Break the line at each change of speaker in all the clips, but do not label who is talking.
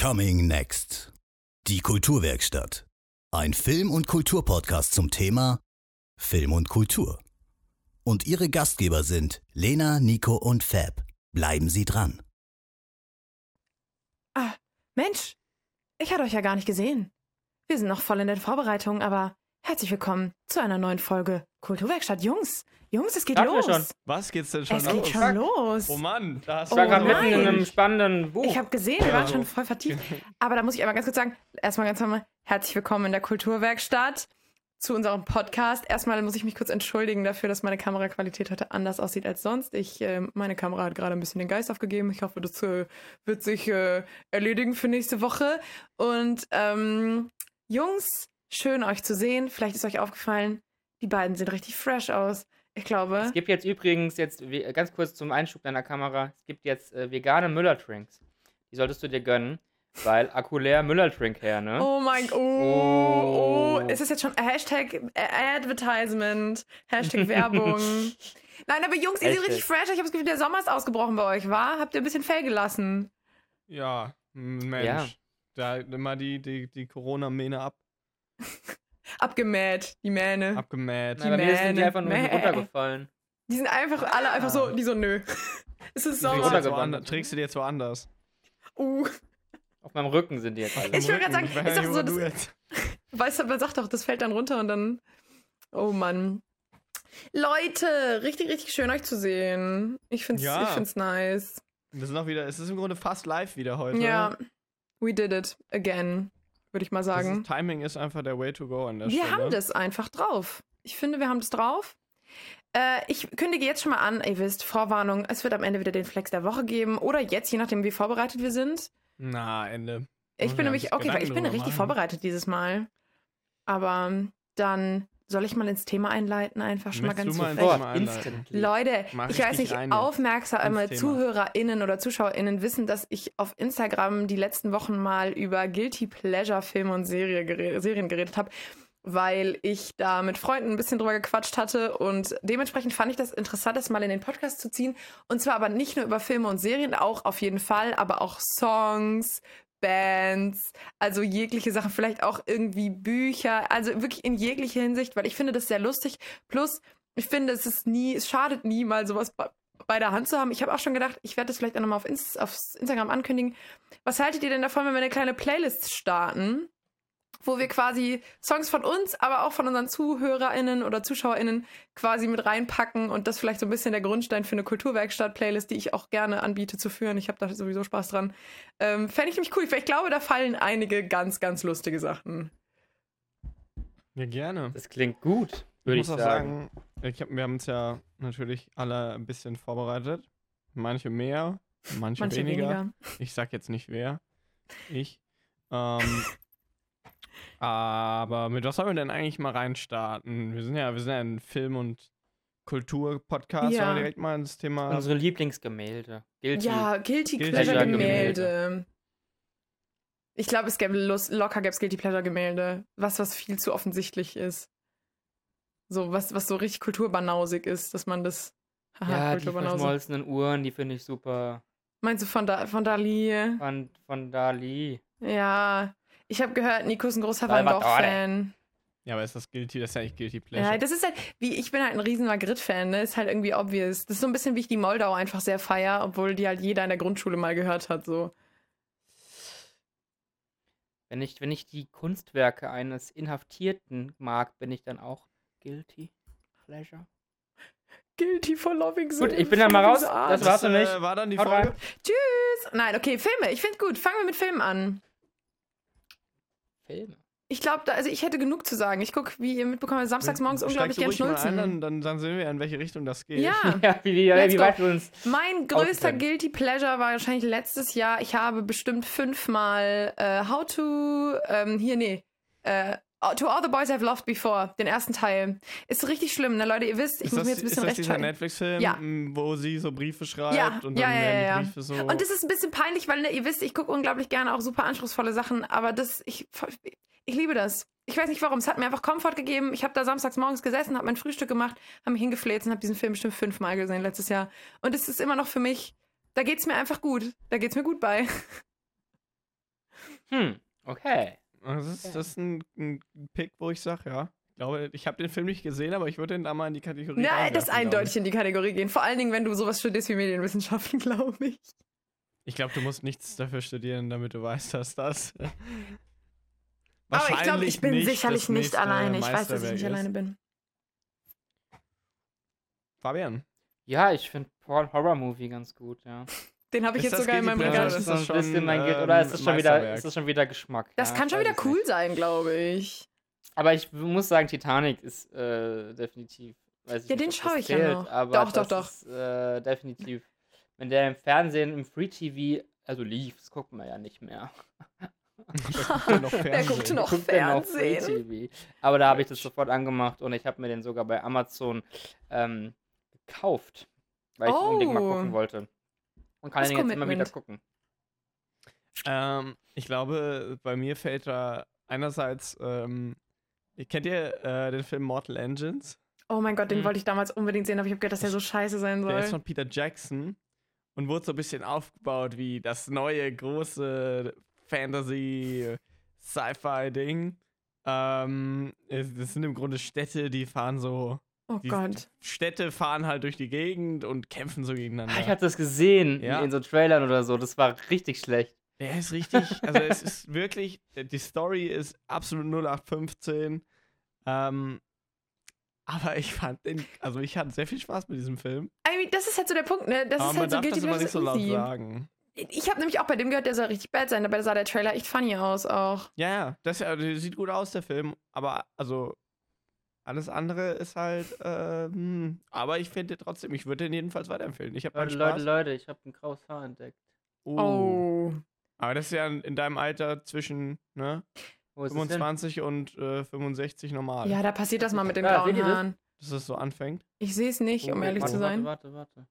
Coming Next. Die Kulturwerkstatt. Ein Film- und Kulturpodcast zum Thema Film und Kultur. Und ihre Gastgeber sind Lena, Nico und Fab. Bleiben Sie dran.
Ah, Mensch, ich hatte euch ja gar nicht gesehen. Wir sind noch voll in den Vorbereitungen, aber herzlich willkommen zu einer neuen Folge Kulturwerkstadt Jungs. Jungs, es geht
Hatten wir
los.
schon.
Was geht's denn schon
Es
los?
geht schon los.
Oh Mann, da hast
Ich war
Oh
gerade
nein.
mitten in einem spannenden Buch.
Ich habe gesehen, wir waren
Also.
schon voll vertieft. Aber da muss ich einmal ganz kurz sagen, erstmal ganz normal, herzlich willkommen in der Kulturwerkstatt zu unserem Podcast. Erstmal muss ich mich kurz entschuldigen dafür, dass meine Kameraqualität heute anders aussieht als sonst. Ich, ähm, meine Kamera hat gerade ein bisschen den Geist aufgegeben. Ich hoffe, das äh, wird sich äh, erledigen für nächste Woche. Und ähm, Jungs, schön euch zu sehen. Vielleicht ist euch aufgefallen, die beiden sehen richtig fresh aus. Ich glaube,
es gibt jetzt übrigens, jetzt we- ganz kurz zum Einschub deiner Kamera, es gibt jetzt äh, vegane Müller-Drinks. Die solltest du dir gönnen, weil Akku leer Müller-Drink her, ne?
Oh mein Gott. Oh, oh.
Oh.
Ist das jetzt schon Hashtag Advertisement? Hashtag Werbung? Nein, aber Jungs, ihr seht
Hashtag.
richtig fresh. aus. Ich habe das Gefühl, der Sommer ist ausgebrochen bei euch, war? Habt ihr ein bisschen fell gelassen?
Ja, m- Mensch.
Ja.
Da immer die, die, die Corona-Mähne ab,
Abgemäht, die Mähne.
abgemäht.
Na, bei mir sind die
Mähne,
einfach nur
Mäh.
runtergefallen.
Die sind einfach alle einfach so, die so, nö. es ist
Die sind
Trägst du
Sommer.
runter-
jetzt
Runtergewandert.
woanders- Trägst du die jetzt woanders?
Uh.
Auf meinem Rücken sind die jetzt alle.
Ich will gerade sagen,
Rücken.
ich dachte so,
Wo
das-
du jetzt-
Weißt du, man sagt doch, das fällt dann runter und dann. Oh Mann. Leute, richtig, richtig schön, euch zu sehen. Ich find's,
Ja.
ich find's nice.
Wir sind auch wieder, es ist im Grunde fast live wieder heute.
Ja. We did it again, würde ich mal
Das
sagen.
Ist, Timing ist einfach der Way to go an der
Wir
Stelle.
haben das einfach drauf. Ich finde, wir haben das drauf. Äh, ich kündige jetzt schon mal an, ihr wisst, Vorwarnung, es wird am Ende wieder den Flex der Woche geben oder jetzt, je nachdem, wie vorbereitet wir sind.
Na, Ende.
Ich
Oh,
bin
wir haben
nämlich,
sich
okay, weil ich
Gedanken
bin
drüber
richtig
machen.
vorbereitet dieses Mal. Aber ähm, dann soll ich mal ins Thema einleiten, einfach schon
Möchtest du
mal
mal
ganz
ins
so frech.
Thema
Oh,
einleiten.
instantly.
Leute,
Mach
ich weiß
richtig
nicht,
ein jetzt.
aufmerksame
Ins Thema.
ZuhörerInnen oder ZuschauerInnen wissen, dass ich auf Instagram die letzten Wochen mal über Guilty Pleasure Filme und Serie gere Serien geredet habe, weil ich da mit Freunden ein bisschen drüber gequatscht hatte und dementsprechend fand ich das interessant, das mal in den Podcast zu ziehen. Und zwar aber nicht nur über Filme und Serien, auch auf jeden Fall, aber auch Songs, Bands, also jegliche Sachen, vielleicht auch irgendwie Bücher, also wirklich in jeglicher Hinsicht, weil ich finde das sehr lustig. Plus, ich finde, es ist nie, es schadet nie, mal sowas bei, bei der Hand zu haben. Ich habe auch schon gedacht, ich werde das vielleicht auch nochmal auf, Inst auf Instagram ankündigen. Was haltet ihr denn davon, wenn wir eine kleine Playlist starten? Wo wir quasi Songs von uns, aber auch von unseren ZuhörerInnen oder ZuschauerInnen quasi mit reinpacken und das vielleicht so ein bisschen der Grundstein für eine Kulturwerkstatt-Playlist, die ich auch gerne anbiete zu führen. Ich habe da sowieso Spaß dran. Ähm, Fände ich nämlich cool, weil ich glaube, da fallen einige ganz, ganz lustige Sachen.
Ja, gerne.
Das klingt gut, würde ich
muss auch
sagen.
ich hab, wir haben uns ja natürlich alle ein bisschen vorbereitet. Manche mehr, manche,
Manche
weniger.
weniger.
Ich sag jetzt nicht wer. Ich. Ähm, aber mit was sollen wir denn eigentlich mal reinstarten? Wir sind ja, wir sind ja ein Film- und Kultur-Podcast.
Ja.
Sollen wir direkt mal ins Thema.
Unsere Lieblingsgemälde. Guilty.
Ja, Guilty,
Guilty
Pleasure
Pleasure
Gemälde.
Gemälde.
Ich glaube, es gäbe Lust, locker gäbe es Guilty Pleasure Gemälde. Was, was viel zu offensichtlich ist. So, was, was so richtig kulturbanausig ist, dass man das.
Ja, die
kulturbanausig.
verschmolzenen Uhren, die finde ich super.
Meinst du von, da, von Dali?
Von, von Dali.
Ja. Ich habe gehört, Nico ist ein großer Van
Salvatore.
Gogh-Fan.
Ja, aber ist das Guilty? Das ist ja nicht Guilty Pleasure.
Ja, das ist halt, wie ich bin halt ein riesen Magritte-Fan, ne? Ist halt irgendwie obvious. Das ist so ein bisschen wie ich die Moldau einfach sehr feier, obwohl die halt jeder in der Grundschule mal gehört hat, so.
Wenn ich, wenn ich die Kunstwerke eines Inhaftierten mag, bin ich dann auch guilty. Pleasure.
Guilty for loving so.
Gut, ich bin dann mal raus.
unfassbar.
Das war's für mich.
äh, war dann die
Haut
Frage.
rein.
Tschüss. Nein, okay, Filme. Ich finde gut. Fangen wir mit Filmen an.
Filme.
Ich glaube, also ich hätte genug zu sagen. Ich gucke, wie ihr mitbekommen habt, samstags morgens
Hm, Steigst
unglaublich
du
gern
ruhig mal ein,
schnulzen.
dann, dann, dann sehen wir, in welche Richtung das geht.
Ja,
Ja, wie, wie,
Let's
wie
go.
weit wir uns.
mein größter
Outfit.
Guilty Pleasure war wahrscheinlich letztes Jahr. Ich habe bestimmt fünfmal äh, How to, ähm, hier, nee, äh, To All the Boys I've Loved Before, den ersten Teil. Ist richtig schlimm, ne, Leute? Ihr wisst, ich
Ist
muss
das,
mir jetzt ein
ist
bisschen
das dieser
rechtfertigen.
Netflix-Film,
Ja.
m, wo sie so Briefe schreibt
Ja,
und dann
ja, ja,
werden die
ja, ja.
Briefe so.
Und das ist ein bisschen peinlich, weil ne, ihr wisst, ich gucke unglaublich gerne auch super anspruchsvolle Sachen, aber das, ich, ich liebe das. Ich weiß nicht warum, es hat mir einfach Komfort gegeben. Ich habe da samstags morgens gesessen, habe mein Frühstück gemacht, habe mich hingefläzt und habe diesen Film bestimmt fünfmal gesehen letztes Jahr. Und es ist immer noch für mich, da geht's mir einfach gut. Da geht's mir gut bei.
Hm, okay.
Das ist,
Okay.
das ist ein, ein Pick, wo ich sage, ja. Ich glaube, ich habe den Film nicht gesehen, aber ich würde den da mal in die Kategorie.
Na, das
reinwerfen,
ist
glaub ich.
eindeutig in die Kategorie gehen. Vor allen Dingen, wenn du sowas studierst wie Medienwissenschaften, glaube ich.
Ich glaube, du musst nichts dafür studieren, damit du weißt, dass das.
Aber ich glaube,
wahrscheinlich
ich bin
nicht
sicherlich
das
nicht
nächste
alleine. Ich weiß, dass ich
Meisterwerk
nicht
ist.
alleine bin.
Fabian.
Ja, ich finde Porn Horror Movie ganz gut, ja.
Den habe ich
Ist
jetzt
das
sogar in meinem
Guilty
Ja,
Pleasure?
Regal.
das
ist
ist so ein
das schon,
bisschen mein Guild. Oder ist das, schon wieder,
Meisterwerk?
ist das schon wieder Geschmack?
ähm, Das
ja,
kann
ich
schon
weiß
wieder
es
cool
nicht.
sein, glaube ich.
Aber ich muss sagen, Titanic ist äh, definitiv. Weiß ich
Ja,
nicht,
den
ob das
schaue ich ja
zählt,
noch.
Aber
Doch, doch, doch.
das Ist, äh, definitiv. Wenn der im Fernsehen, im Free TV, also lief, das guckt man ja nicht mehr.
noch
Wer guckt
Fernsehen.
noch
Guckt denn auf Free
Fernsehen?
TV? Aber da habe ich das sofort angemacht und ich habe mir den sogar bei Amazon ähm, gekauft, weil ich den unbedingt mal
Oh.
gucken wollte. Und kann
Das
den jetzt immer wieder
Commitment.
gucken.
Ähm, ich glaube, bei mir fällt da einerseits. Ähm, kennt ihr äh, den Film Mortal Engines?
Oh mein Gott, den
Hm.
wollte ich damals unbedingt sehen, aber ich habe gehört, dass der so scheiße sein
Mhm. Der ist
soll.
von Peter Jackson und wurde so ein bisschen aufgebaut wie das neue große Fantasy-Sci-Fi-Ding. Ähm, es- das sind im Grunde Städte, die fahren so.
Oh
Die
Gott.
Städte fahren halt durch die Gegend und kämpfen so gegeneinander.
Ah, ich hatte das gesehen
Ja.
in, in so Trailern oder so. Das war richtig schlecht.
Der ist richtig, also es ist wirklich, die Story ist absolut 0815. Ähm, aber ich fand den, also ich hatte sehr viel Spaß mit diesem Film.
I mean, das ist halt so der Punkt, ne? Das
aber
ist
man
halt so
darf
Guilty
das immer
Pleasure
nicht so laut
easy.
sagen.
Ich habe nämlich auch bei dem gehört, der soll richtig bad sein. Dabei sah der Trailer echt funny aus auch.
Ja, ja, das ja, der sieht gut aus, der Film. Aber also, alles andere ist halt, ähm, aber ich finde trotzdem, ich würde den jedenfalls weiterempfehlen. Ich habe meinen
Leute,
Spaß.
Leute, Leute, ich habe ein graues Haar entdeckt.
Oh.
Oh.
Aber das ist ja in deinem Alter zwischen, ne,
Wo ist
25 und äh, 65 normal.
Oh. Ja, da passiert das mal mit den
Ja,
grauen
seht ihr das?
Haaren.
Dass es so anfängt.
Ich sehe es
es
nicht,
Oh
denn?
um ehrlich
warte,
zu sein.
Warte, warte, warte.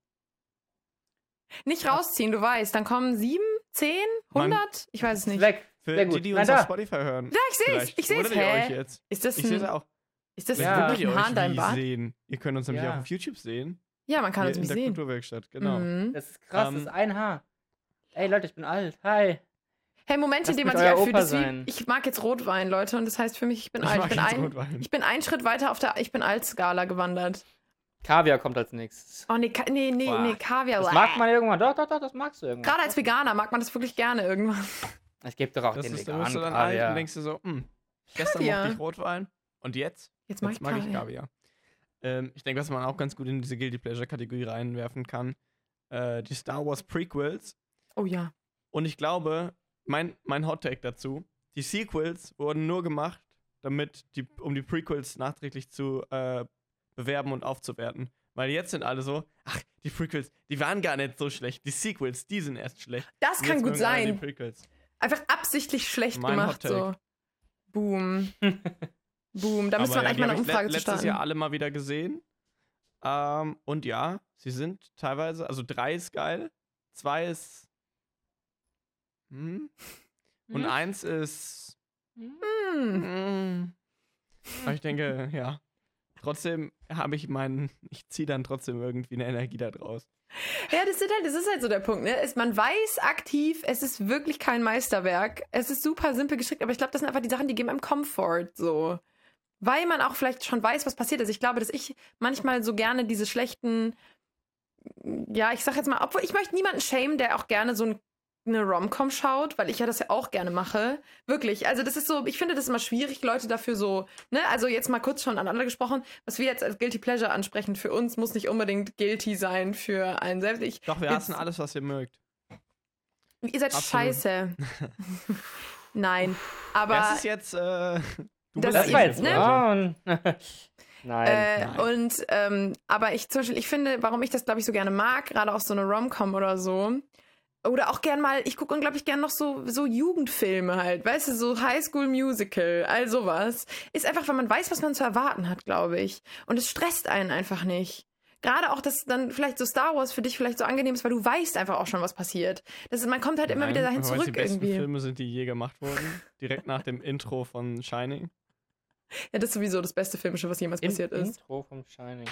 Nicht rausziehen, du weißt. Dann kommen sieben, zehn,
Mann.
hundert? Ich weiß es
Ist
nicht.
weg.
Für
Sehr
die,
gut.
die
Na,
uns
da.
auf Spotify hören.
Ja, ich sehe es. Ich sehe es.
euch
Hä?
jetzt.
Ist das
Ich sehe es
ein,
auch.
ist das
Ich
Ja.
wirklich
würde
ein
euch
Haar in deinem
wie
Bart?
sehen. Ihr könnt uns nämlich
Ja.
auch auf YouTube sehen.
Ja, man kann
Hier
uns
in
nicht
der
sehen.
Kulturwerkstatt, genau.
Mhm.
Das ist krass, das
Ähm.
ist ein Haar. Ey, Leute, ich bin alt. Hi.
Hey, Moment, in
Lasst
dem
mich
man sich
euer
einfühlt,
Opa
ist wie,
sein.
ich mag jetzt Rotwein, Leute, und das heißt für mich, ich bin alt. Ich
mag
bin,
jetzt
ein,
Rotwein.
ich bin einen Schritt weiter auf der Ich bin alt-Skala gewandert.
Kaviar kommt als nächstes.
Oh nee, Ka nee, nee,
Boah.
nee, Kaviar.
Das
Bäh.
mag man irgendwann. Doch, doch, doch, das magst du irgendwann.
Gerade als Veganer mag man das wirklich gerne irgendwann.
Es gibt doch auch
Das
den
ist, da
veganen
wirst du dann alt
Kaviar.
und denkst dir so, hm, gestern
Kaviar.
mochte ich Rotwein und jetzt?
Jetzt mag
Jetzt
ich Kaviar.
mag ich Kaviar. Ähm, ich denke, was man auch ganz gut in diese Guilty Pleasure Kategorie reinwerfen kann, äh, die Star Wars Prequels.
Oh ja.
Und ich glaube, mein, mein Hot Take dazu, die Sequels wurden nur gemacht, damit die, um die Prequels nachträglich zu äh, bewerben und aufzuwerten. Weil jetzt sind alle so, ach, die Prequels, die waren gar nicht so schlecht. Die Sequels, die sind erst schlecht.
Das
Und
kann
jetzt
gut
mögen alle
sein.
Die Prequels.
Einfach absichtlich schlecht
Mein
gemacht.
Hot Take.
So. Boom. Boom. Da müsste man
Aber ja,
eigentlich
die
mal eine
hab ich le-
Umfrage zu
letztes
starten.
Jahr alle mal wieder gesehen. Ähm, und ja, sie sind teilweise, also drei ist geil, zwei ist. Hm? Und
Hm?
eins ist.
Hm.
Hm. Aber ich denke, ja. Trotzdem habe ich meinen, ich ziehe dann trotzdem irgendwie eine Energie da draus.
Ja, das ist, halt, das ist halt so der Punkt. Ne? Es, man weiß aktiv, es ist wirklich kein Meisterwerk. Es ist super simpel gestrickt, aber ich glaube, das sind einfach die Sachen, die geben einem Comfort so. Weil man auch vielleicht schon weiß, was passiert ist. Ich glaube, dass ich manchmal so gerne diese schlechten, ja, ich sag jetzt mal, obwohl ich möchte niemanden schämen, der auch gerne so ein, eine Rom-Com schaut, weil ich ja das ja auch gerne mache. Wirklich. Also, das ist so, ich finde das immer schwierig, Leute dafür so, ne, also jetzt mal kurz schon aneinander gesprochen, was wir jetzt als Guilty Pleasure ansprechen, für uns muss nicht unbedingt guilty sein für einen selbst. Ich,
Doch, wir
Jetzt-
hassen alles, was ihr mögt.
Ihr seid
Absolut.
scheiße. Nein,
das
aber
ist jetzt. Äh, du
Das
Das
bist
war
die
ist-
jetzt
ne?
Guilty
braun. Nein.
äh,
nein.
und ähm, aber ich zum Beispiel, ich finde, warum ich das glaube ich so gerne mag, gerade auch so eine Romcom oder so. Oder auch gern mal, ich gucke unglaublich gern noch so, so Jugendfilme halt, weißt du, so High School Musical, all sowas. Ist einfach, weil man weiß, was man zu erwarten hat, glaube ich. Und es stresst einen einfach nicht. Gerade auch, dass dann vielleicht so Star Wars für dich vielleicht so angenehm ist, weil du weißt einfach auch schon, was passiert. Das ist, man kommt halt immer
Nein,
wieder dahin
weil es Die
zurück
besten
irgendwie.
Filme sind, die je gemacht wurden. Direkt nach dem Intro von Shining.
Ja, das ist sowieso das beste Filmische, was jemals
In-
passiert ist.
Intro vom Shining.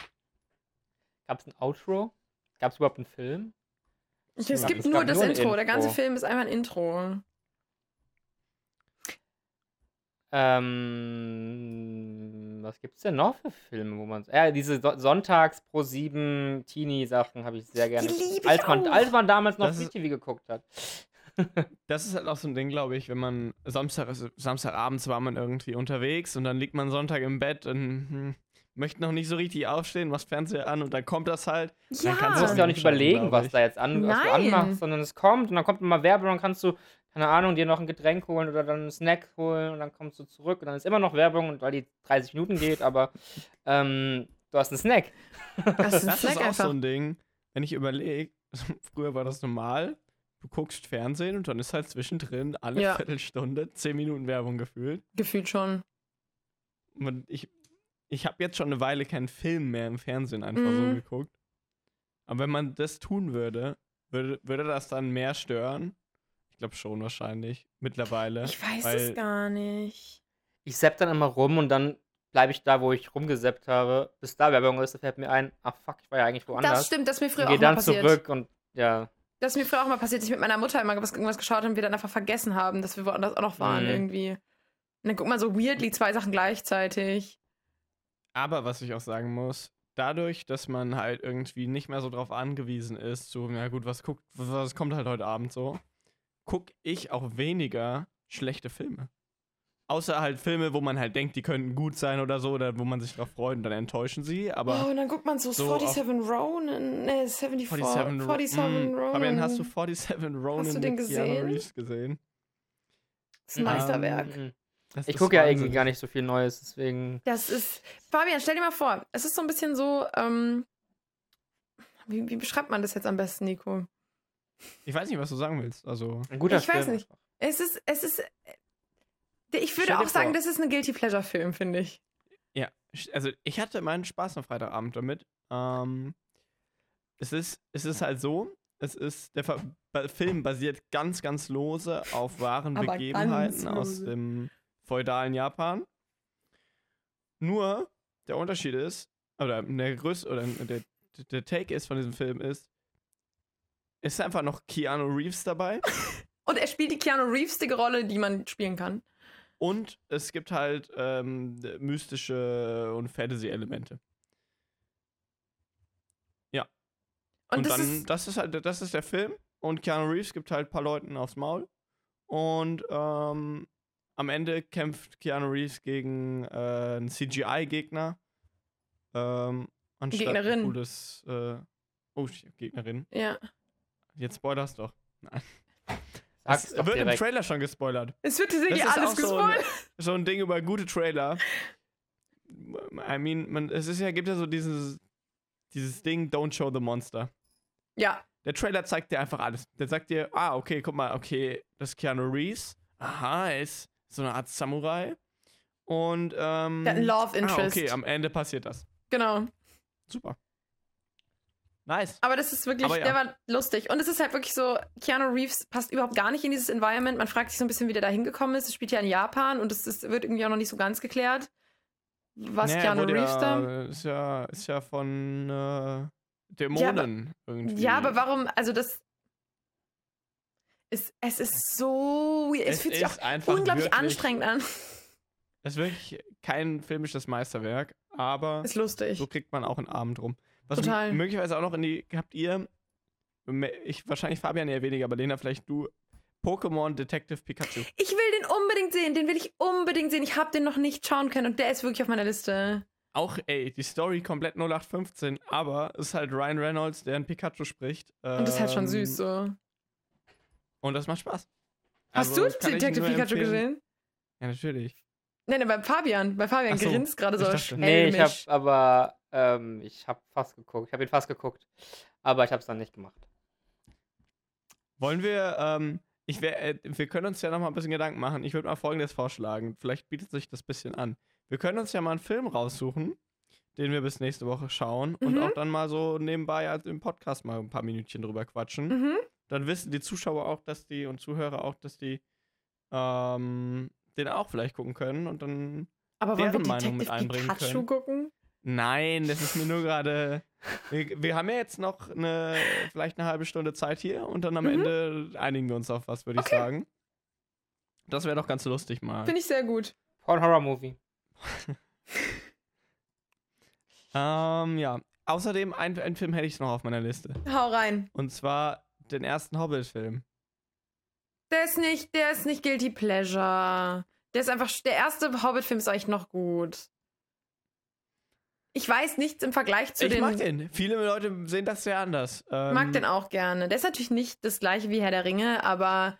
Gab's ein Outro? Gab's überhaupt einen Film?
Es
Ja,
gibt
es
nur
gab
das
nur ein
Intro. Der ganze
Intro.
Film ist einmal ein Intro.
Ähm, was gibt's denn noch für Filme, wo man. Ja, diese so Sonntags pro sieben Teenie-Sachen habe ich sehr gerne.
Die liebe ich
als, man,
auch.
als man damals noch
Das ist-
Free-TV geguckt hat.
Das ist halt auch so ein Ding, glaube ich, wenn man Samstag, also Samstagabends war man irgendwie unterwegs und dann liegt man Sonntag im Bett und hm, möchte noch nicht so richtig aufstehen, machst Fernseher an und dann kommt das halt.
Ja.
dann kannst
Du musst
Ah.
ja auch nicht
Umschalten,
überlegen,
glaub
was
ich.
da jetzt an, was du
Nein.
anmachst, sondern es kommt und dann kommt immer Werbung und dann kannst du, keine Ahnung, dir noch ein Getränk holen oder dann einen Snack holen und dann kommst du zurück und dann ist immer noch Werbung und weil die 30 Minuten geht, aber ähm, du hast einen Snack.
Das ist ein
Das ist
Snack
auch
Also einfach.
so ein Ding, wenn ich überlege, früher war das normal, du guckst Fernsehen und dann ist halt zwischendrin alle
Ja.
Viertelstunde 10 Minuten Werbung gefühlt.
Gefühlt schon.
Und ich ich habe jetzt schon eine Weile keinen Film mehr im Fernsehen einfach so
Mhm.
geguckt. Aber wenn man das tun würde, würde, würde das dann mehr stören? Ich glaube schon wahrscheinlich, mittlerweile.
Ich weiß
weil-
es gar nicht.
Ich sepp dann immer rum und dann bleibe ich da, wo ich rumgeseppt habe, bis da Werbung ist, da fällt mir ein, ach fuck, ich war ja eigentlich woanders.
Das stimmt, das ist mir früher auch
und gehe
mal
dann
passiert.
zurück und ja.
Das ist mir früher auch mal passiert, dass ich mit meiner Mutter immer was, irgendwas geschaut habe und wir dann einfach vergessen haben, dass wir woanders auch noch waren
Mhm.
irgendwie. Und dann guck mal so weirdly zwei Sachen gleichzeitig.
Aber was ich auch sagen muss, dadurch, dass man halt irgendwie nicht mehr so drauf angewiesen ist, so, na gut, was guckt, was kommt halt heute Abend so, guck ich auch weniger schlechte Filme. Außer halt Filme, wo man halt denkt, die könnten gut sein oder so, oder wo man sich drauf freut und dann enttäuschen sie,
oh,
aber.
und dann guckt man so,
so
47 Ronin. ne, Nee, 74. 47,
Ro-
47
Mm,
Ronin.
Fabian, hast du 47 Ronin
Hast du den
mit Keanu
gesehen?
Reeves gesehen?
das ist ein
Ähm,
Meisterwerk.
Mhm.
Das
Ich
ist
gucke ja
Wahnsinn.
irgendwie gar nicht so viel Neues, deswegen.
Das ist. Fabian, stell dir mal vor, es ist so ein bisschen so. Ähm, wie, wie beschreibt man das jetzt am besten, Nico?
Ich weiß nicht, was du sagen willst. Also,
Ein guter
Ich weiß
Film.
nicht. Es ist. Es ist äh, ich
Stell
würde
dir
auch sagen,
vor.
das ist ein Guilty Pleasure-Film, finde ich.
Ja, sch- also ich hatte meinen Spaß am Freitagabend damit. Ähm, es, ist, es ist halt so, es ist, der Ver ba- Film basiert ganz, ganz lose auf wahren
Aber ganz
Begebenheiten aus
lose.
dem feudalen Japan. Nur, der Unterschied ist, oder der größte, oder der, der Take ist von diesem Film ist, ist einfach noch Keanu Reeves dabei.
Und er spielt die Keanu Reeves-ige Rolle, die man spielen kann.
Und es gibt halt ähm, mystische und Fantasy-Elemente.
Und,
Und,
das
dann,
ist.
das ist halt, das ist der Film. Und Keanu Reeves gibt halt ein paar Leuten aufs Maul. Und ähm, am Ende kämpft Keanu Reeves gegen äh, einen CGI-Gegner. Ähm, anstatt
Gegnerin.
Ein cooles, äh, oh, shit, Gegnerin.
Ja.
Jetzt spoilerst doch.
Sag's
Es
doch
wird im
direkt.
Trailer schon gespoilert.
Es wird tatsächlich
Das ist
alles
auch so ein-
gespoilt.
So ein Ding über gute Trailer. I mean, man, es ist ja, gibt ja so dieses, dieses Ding, don't show the monster.
ja.
Der Trailer zeigt dir einfach alles. Der sagt dir, ah, okay, guck mal, okay, das ist Keanu Reeves. Aha, er ist so eine Art Samurai. Und, ähm.
Der hat ein Love Interest.
Ah, okay, am Ende passiert das.
Genau.
Super. Nice.
Aber das ist wirklich,
Aber ja.
der war lustig. Und es ist halt wirklich so, Keanu Reeves passt überhaupt gar nicht in dieses Environment. Man fragt sich so ein bisschen, wie der da hingekommen ist. Es spielt ja in Japan und es ist, wird irgendwie auch noch nicht so ganz geklärt, was
Naja,
Keanu
wurde
Reeves da.
ja, Ist ja, ist ja von äh, Dämonen irgendwie.
Ja, aber warum, also das. Ist, es ist so weird. Es,
Es
fühlt sich auch
ist einfach
unglaublich
wirklich-
anstrengend an.
Das ist wirklich kein filmisches Meisterwerk, aber
Ist lustig.
so kriegt man auch einen Abend rum. Was
Total.
m- möglicherweise auch noch in die. Habt ihr. Ich, wahrscheinlich Fabian eher weniger, aber Lena, vielleicht du. Pokémon Detective Pikachu.
Ich will den unbedingt sehen. Den will ich unbedingt sehen. Ich habe den noch nicht schauen können und der ist wirklich auf meiner Liste.
Auch, ey, die Story komplett 0815, aber es ist halt Ryan Reynolds, der ein Pikachu spricht.
Und das ist halt schon
ähm,
süß so.
Und das macht Spaß.
Hast
Also,
du
das kann ich
Detective
nur
Pikachu
empfehlen.
gesehen?
Ja, natürlich.
Nein, nein, bei Fabian. Bei Fabian
Ach so.
grinst gerade so
Ich dachte-
Nee,
schelmisch.
ich habe aber ähm, ich habe fast geguckt. Ich habe ihn fast geguckt, aber ich habe es dann nicht gemacht.
Wollen wir, ähm, ich wär, äh, wir können uns ja noch mal ein bisschen Gedanken machen. Ich würde mal Folgendes vorschlagen. Vielleicht bietet sich das bisschen an. Wir können uns ja mal einen Film raussuchen, den wir bis nächste Woche schauen und
Mhm.
auch dann mal so nebenbei als im Podcast mal ein paar Minütchen drüber quatschen.
mhm.
Dann wissen die Zuschauer auch, dass die und Zuhörer auch, dass die ähm, den auch vielleicht gucken können und dann
Aber wollen wir
deren Meinung
Detective
mit einbringen
Pikachu
können.
gucken?
Nein, das ist mir nur gerade. Wir, wir haben ja jetzt noch eine, vielleicht eine halbe Stunde Zeit hier und dann am
Mhm.
Ende einigen wir uns auf was, würde
Okay.
ich sagen. Das wäre doch ganz lustig mal.
Finde ich sehr gut.
Porn Horror Movie.
Ähm, ja. Außerdem, ein- einen Film hätte ich noch auf meiner Liste.
Hau rein.
Und zwar den ersten Hobbit-Film.
Der ist nicht, der ist nicht Guilty Pleasure. Der ist einfach, der erste Hobbit-Film ist eigentlich noch gut. Ich weiß nichts im Vergleich zu
ich
den.
mag den. Viele Leute sehen das sehr anders. Ähm,
mag den auch gerne. Der ist natürlich nicht das gleiche wie Herr der Ringe, aber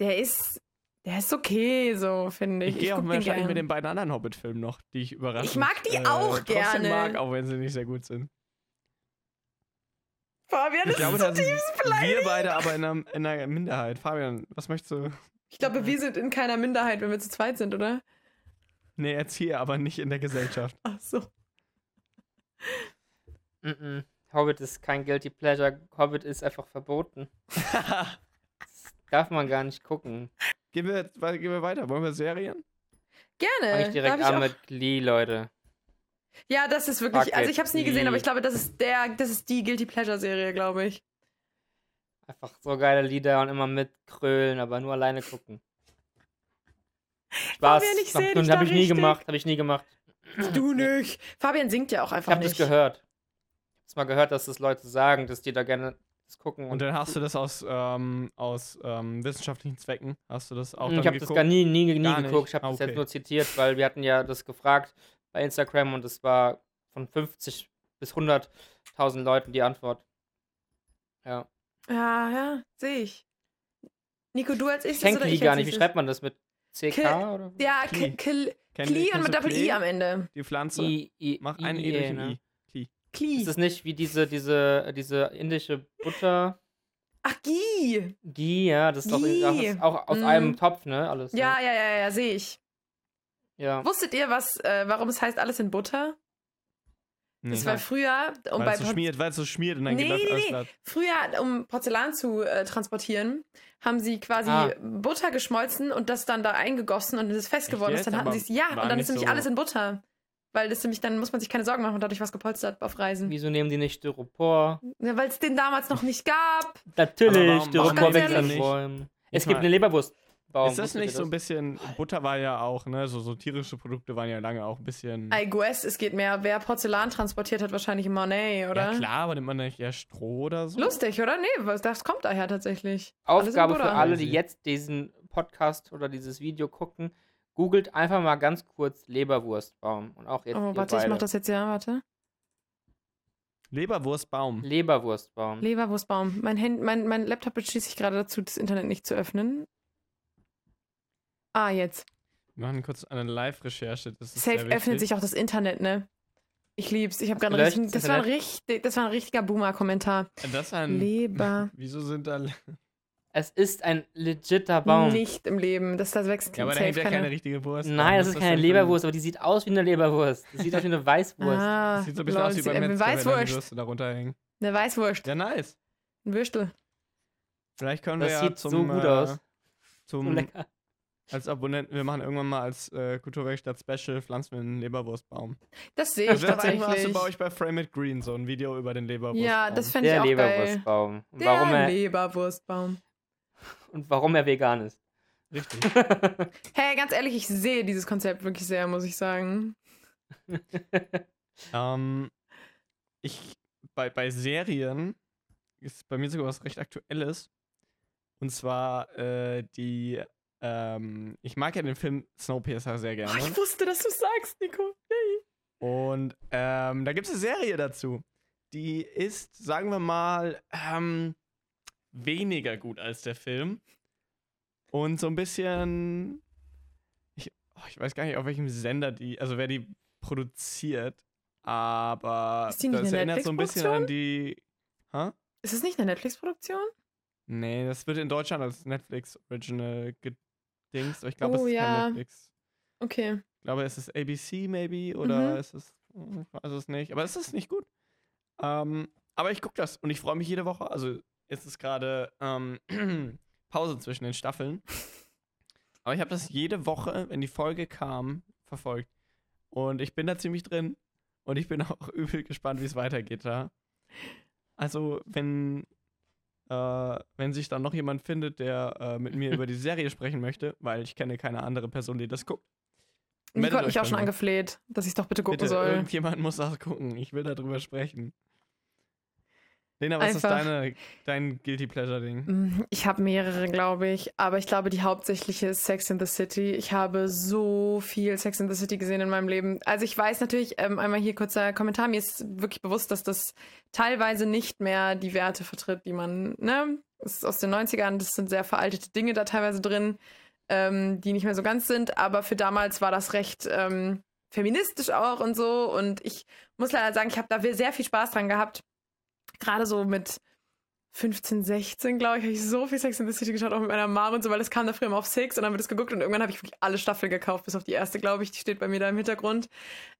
der ist, der ist okay, so finde ich.
Ich gehe auch
guck
mal
den
wahrscheinlich mit
gern.
den beiden anderen Hobbit-Filmen noch, die ich überraschend. äh,
Ich mag die auch
trotzdem
gerne.
mag, auch wenn sie nicht sehr gut sind.
Fabian, das
Ich glaube,
ist so
da sind
tief.
wir beide aber in einer, in einer Minderheit. Fabian, was möchtest du?
Ich glaube, wir sind in keiner Minderheit, wenn wir zu zweit sind, oder?
Nee, jetzt hier, aber nicht in der Gesellschaft.
Ach so.
Mm -mm. Hobbit ist kein Guilty Pleasure. Hobbit ist einfach verboten. Darf man gar nicht gucken.
gehen, wir, we- gehen wir weiter. Wollen wir Serien?
Gerne.
Fange ich direkt
Äh, Darf
an
auch-
mit Glee, Leute.
Ja, das ist wirklich.
Fuck
also
it,
ich habe es nie gesehen,
die-
aber ich glaube, das ist der, das ist die Guilty Pleasure Serie, glaube ich.
Einfach so geile Lieder und immer mitkrölen, aber nur alleine gucken. Spaß.
wir nicht sehen, ich
Habe ich
da
nie
richtig.
gemacht. Habe ich nie gemacht.
Du nicht. Fabian singt ja auch
Ich
einfach
habe das
nicht.
gehört. Ich hab's mal gehört, dass das Leute sagen, dass die da gerne das gucken.
Und
Und,
dann hast du das aus, ähm, aus ähm, wissenschaftlichen Zwecken. Hast du das auch
Hm,
ich
dann
habe das
geguckt?
gar nie, nie, nie
Gar nicht.
geguckt. Ich habe
Ah,
das
okay.
jetzt nur zitiert, weil wir hatten ja das gefragt bei Instagram und es war von 50 bis 100.000 Leuten die Antwort. Ja.
Ja, ja, sehe ich. Nico, du als ich
Ich kenne
oder
Glee
ich
gar
als
nicht. Wie
Erstes?
schreibt man das mit CK
Kill-
oder?
Ja,
Klee.
Kli- Kli-
Kennt ihr-
Klee und
kennst du
mit Doppel I
Klee?
am Ende.
Die Pflanze.
I, I,
Mach ein E
IE,
durch ein
ne?
I. Klee.
Ist
Kli.
das nicht wie diese, diese, diese indische Butter?
Ach, Ghee.
Ghee, ja, das ist doch
Ghee.
das ist auch aus
Mm.
einem Topf, ne? Alles.
Ja, ja, ja, ja, sehe ich.
ja.
Wusstet ihr, was, äh, warum es heißt alles in Butter?
Nee. ne.
Das war früher, um
weil es so
bei Pot-
schmiert, weil es so schmiert und dann
Nee,
geht das
nee,
alles
nee.
glatt.
früher, um Porzellan zu äh, transportieren, haben sie quasi
Ah.
Butter geschmolzen und das dann da eingegossen und es ist fest
Echt
geworden ist.
jetzt?
Dann hatten
Aber
sie es ja
war
und dann ist
nicht
nämlich
so-
alles in Butter. Weil das nämlich, dann muss man sich keine Sorgen machen, dadurch was gepolstert auf Reisen.
Wieso nehmen die nicht Styropor?
Ja, Weil es den damals noch nicht gab.
Aber
Natürlich,
warum
machen
Styropor
die
wächst
das
an
nicht?
Bäumen. Es gibt
Ich mein-
einen
Oh,
Leberwurstbaum.
Ist das
wusstet ihr
nicht so ein bisschen. Butter war ja auch, ne? So, so tierische Produkte waren ja lange auch ein bisschen.
I guess, es geht mehr. Wer Porzellan transportiert hat, wahrscheinlich Monet, oder?
Ja, klar, aber nimmt man nicht eher Stroh oder so?
Lustig, oder? Nee, was- das kommt daher tatsächlich. Alles in
Aufgabe für
Butter.
alle, die
Crazy.
jetzt diesen Podcast oder dieses Video gucken. Googelt einfach mal ganz kurz Leberwurstbaum. Und auch jetzt.
Oh,
ihr
warte, ich
beide.
mach das jetzt ja, warte.
Leberwurstbaum. Hm.
Leberwurstbaum.
Leberwurstbaum. Mein, Hand, mein, mein Laptop beschließt sich gerade dazu, das Internet nicht zu öffnen. Ah, jetzt.
Wir machen kurz eine Live-Recherche. Das ist
Safe
sehr
öffnet
wichtig.
sich auch das Internet, ne? Ich lieb's. Ich habe gerade
Vielleicht
richtig,
das
das war, ein richtig, das war ein richtiger Boomer-Kommentar.
Das ist ein.
Leber.
Wieso sind da.
es ist ein legitter Baum.
Nicht im Leben. Das, das wächst
Ja, aber da
safe
hängt ja keine
keine.
richtige Wurst.
Nein,
dran.
das ist
Was
keine
denn für ein-
Leberwurst, aber die sieht aus wie eine Leberwurst. Die sieht aus wie eine Weißwurst.
Ah,
Das sieht so ein bisschen
lol,
aus wie
sieht- äh,
beim
eine
Metzger, wenn da die
Weißwurst.
Würste darunter hängen.
Eine Weißwurst.
Ja, nice.
Ein Würstel.
Vielleicht können wir
das
ja
sieht
zum,
so gut
äh,
aus. So
Zum,
lecker.
als Abonnenten, wir machen irgendwann mal als äh, Kulturwerkstatt-Special pflanzen wir einen Leberwurstbaum.
Das sehe ich
Also Das wird eigentlich hast du
tatsächlich.
bei euch bei Frame It Green so ein Video über den Leberwurstbaum.
Ja, das fände ich
Der
auch geil.
Leberwurstbaum. Und warum,
der
er,
Leberwurstbaum.
und warum er vegan ist.
Richtig.
Hey, ganz ehrlich, ich sehe dieses Konzept wirklich sehr, muss ich sagen.
Ähm, ich, bei, bei Serien ist bei mir sogar was recht Aktuelles. Und zwar äh, die, ähm, ich mag ja den Film Snowpiercer sehr
Oh, ich
gerne.
wusste, dass du es sagst, Nico.
Und ähm, da gibt es eine Serie dazu. Die ist, sagen wir mal, ähm, weniger gut als der Film. Und so ein bisschen, ich, oh, ich weiß gar nicht, auf welchem Sender die, also wer die produziert, aber
Ist die nicht
das
eine
erinnert so ein bisschen an die. Hä?
Ist es nicht eine Netflix-Produktion?
Nee, das wird in Deutschland als Netflix Original gedingst. aber Ich glaube,
Oh,
es ist
ja.
kein Netflix.
Okay.
Ich glaube, es ist ABC maybe oder
Mhm.
es ist, ich weiß es nicht. Aber es ist nicht gut. Ähm, aber ich gucke das und ich freue mich jede Woche. Also es ist gerade ähm, Pause zwischen den Staffeln. Aber ich habe das jede Woche, wenn die Folge kam, verfolgt. Und ich bin da ziemlich drin. Und ich bin auch übel gespannt, wie es weitergeht da. Also, wenn äh, wenn sich dann noch jemand findet, der äh, mit mir über die Serie sprechen möchte, weil ich kenne keine andere Person, die das guckt.
Nico
Meldet
hat mich
euch
auch
bei
schon
mir.
angefleht, dass ich es doch bitte gucken
Bitte,
soll.
irgendjemand muss das gucken. Ich will darüber sprechen. Lena, was
Einfach.
ist deine, dein Guilty Pleasure-Ding?
Mm, Ich habe mehrere, glaube ich, aber ich glaube, die hauptsächliche ist Sex in the City. Ich habe so viel Sex in the City gesehen in meinem Leben. Also ich weiß natürlich, ähm, einmal hier kurzer Kommentar, mir ist wirklich bewusst, dass das teilweise nicht mehr die Werte vertritt, die man, ne? Es ist aus den 90ern, das sind sehr veraltete Dinge da teilweise drin, ähm, die nicht mehr so ganz sind, aber für damals war das recht ähm, feministisch auch und so. Und ich muss leider sagen, ich habe da sehr viel Spaß dran gehabt. Gerade so mit 15, 16, glaube ich, habe ich so viel Sex in the City geschaut, auch mit meiner Mom und so, weil das kam da früher immer auf Six und dann wird es geguckt und irgendwann habe ich wirklich alle Staffeln gekauft, bis auf die erste, glaube ich, die steht bei mir da im Hintergrund.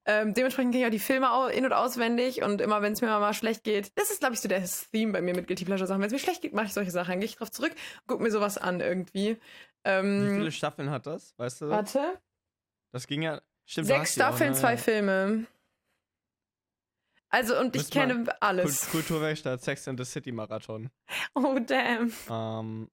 Ähm, dementsprechend kenne ich auch die Filme au- in- und auswendig und immer, wenn es mir mal schlecht geht, das ist, glaube ich, so das Theme bei mir mit Guilty Pleasure Sachen. Wenn es mir schlecht geht, mache ich solche Sachen, dann gehe ich drauf zurück, guck mir sowas an irgendwie.
Wie
Ähm,
viele Staffeln hat das? Weißt du? das?
warte.
Das ging ja. Stimmt, du
Sechs
hast die auch,
Staffeln,
ne?
zwei Filme. Also, und ich
Müsste
kenne alles.
Kult- Kulturwerkstatt Sex and the City Marathon.
Oh, damn.
Ähm,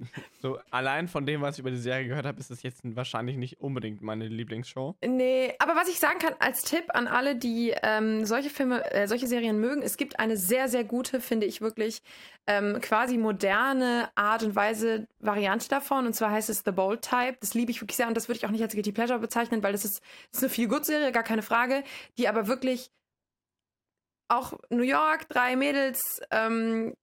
so, allein von dem, was ich über die Serie gehört habe, ist es jetzt wahrscheinlich nicht unbedingt meine
Äh,
Lieblingsshow.
Nee, aber was ich sagen kann als Tipp an alle, die ähm, solche Filme, äh, solche Serien mögen, es gibt eine sehr, sehr gute, finde ich wirklich, ähm, quasi moderne Art und Weise Variante davon. Und zwar heißt es The Bold Type. Das liebe ich wirklich sehr und das würde ich auch nicht als Guilty Pleasure bezeichnen, weil das ist, das ist eine viel gut Serie, gar keine Frage, die aber wirklich auch New York, drei Mädels, ähm,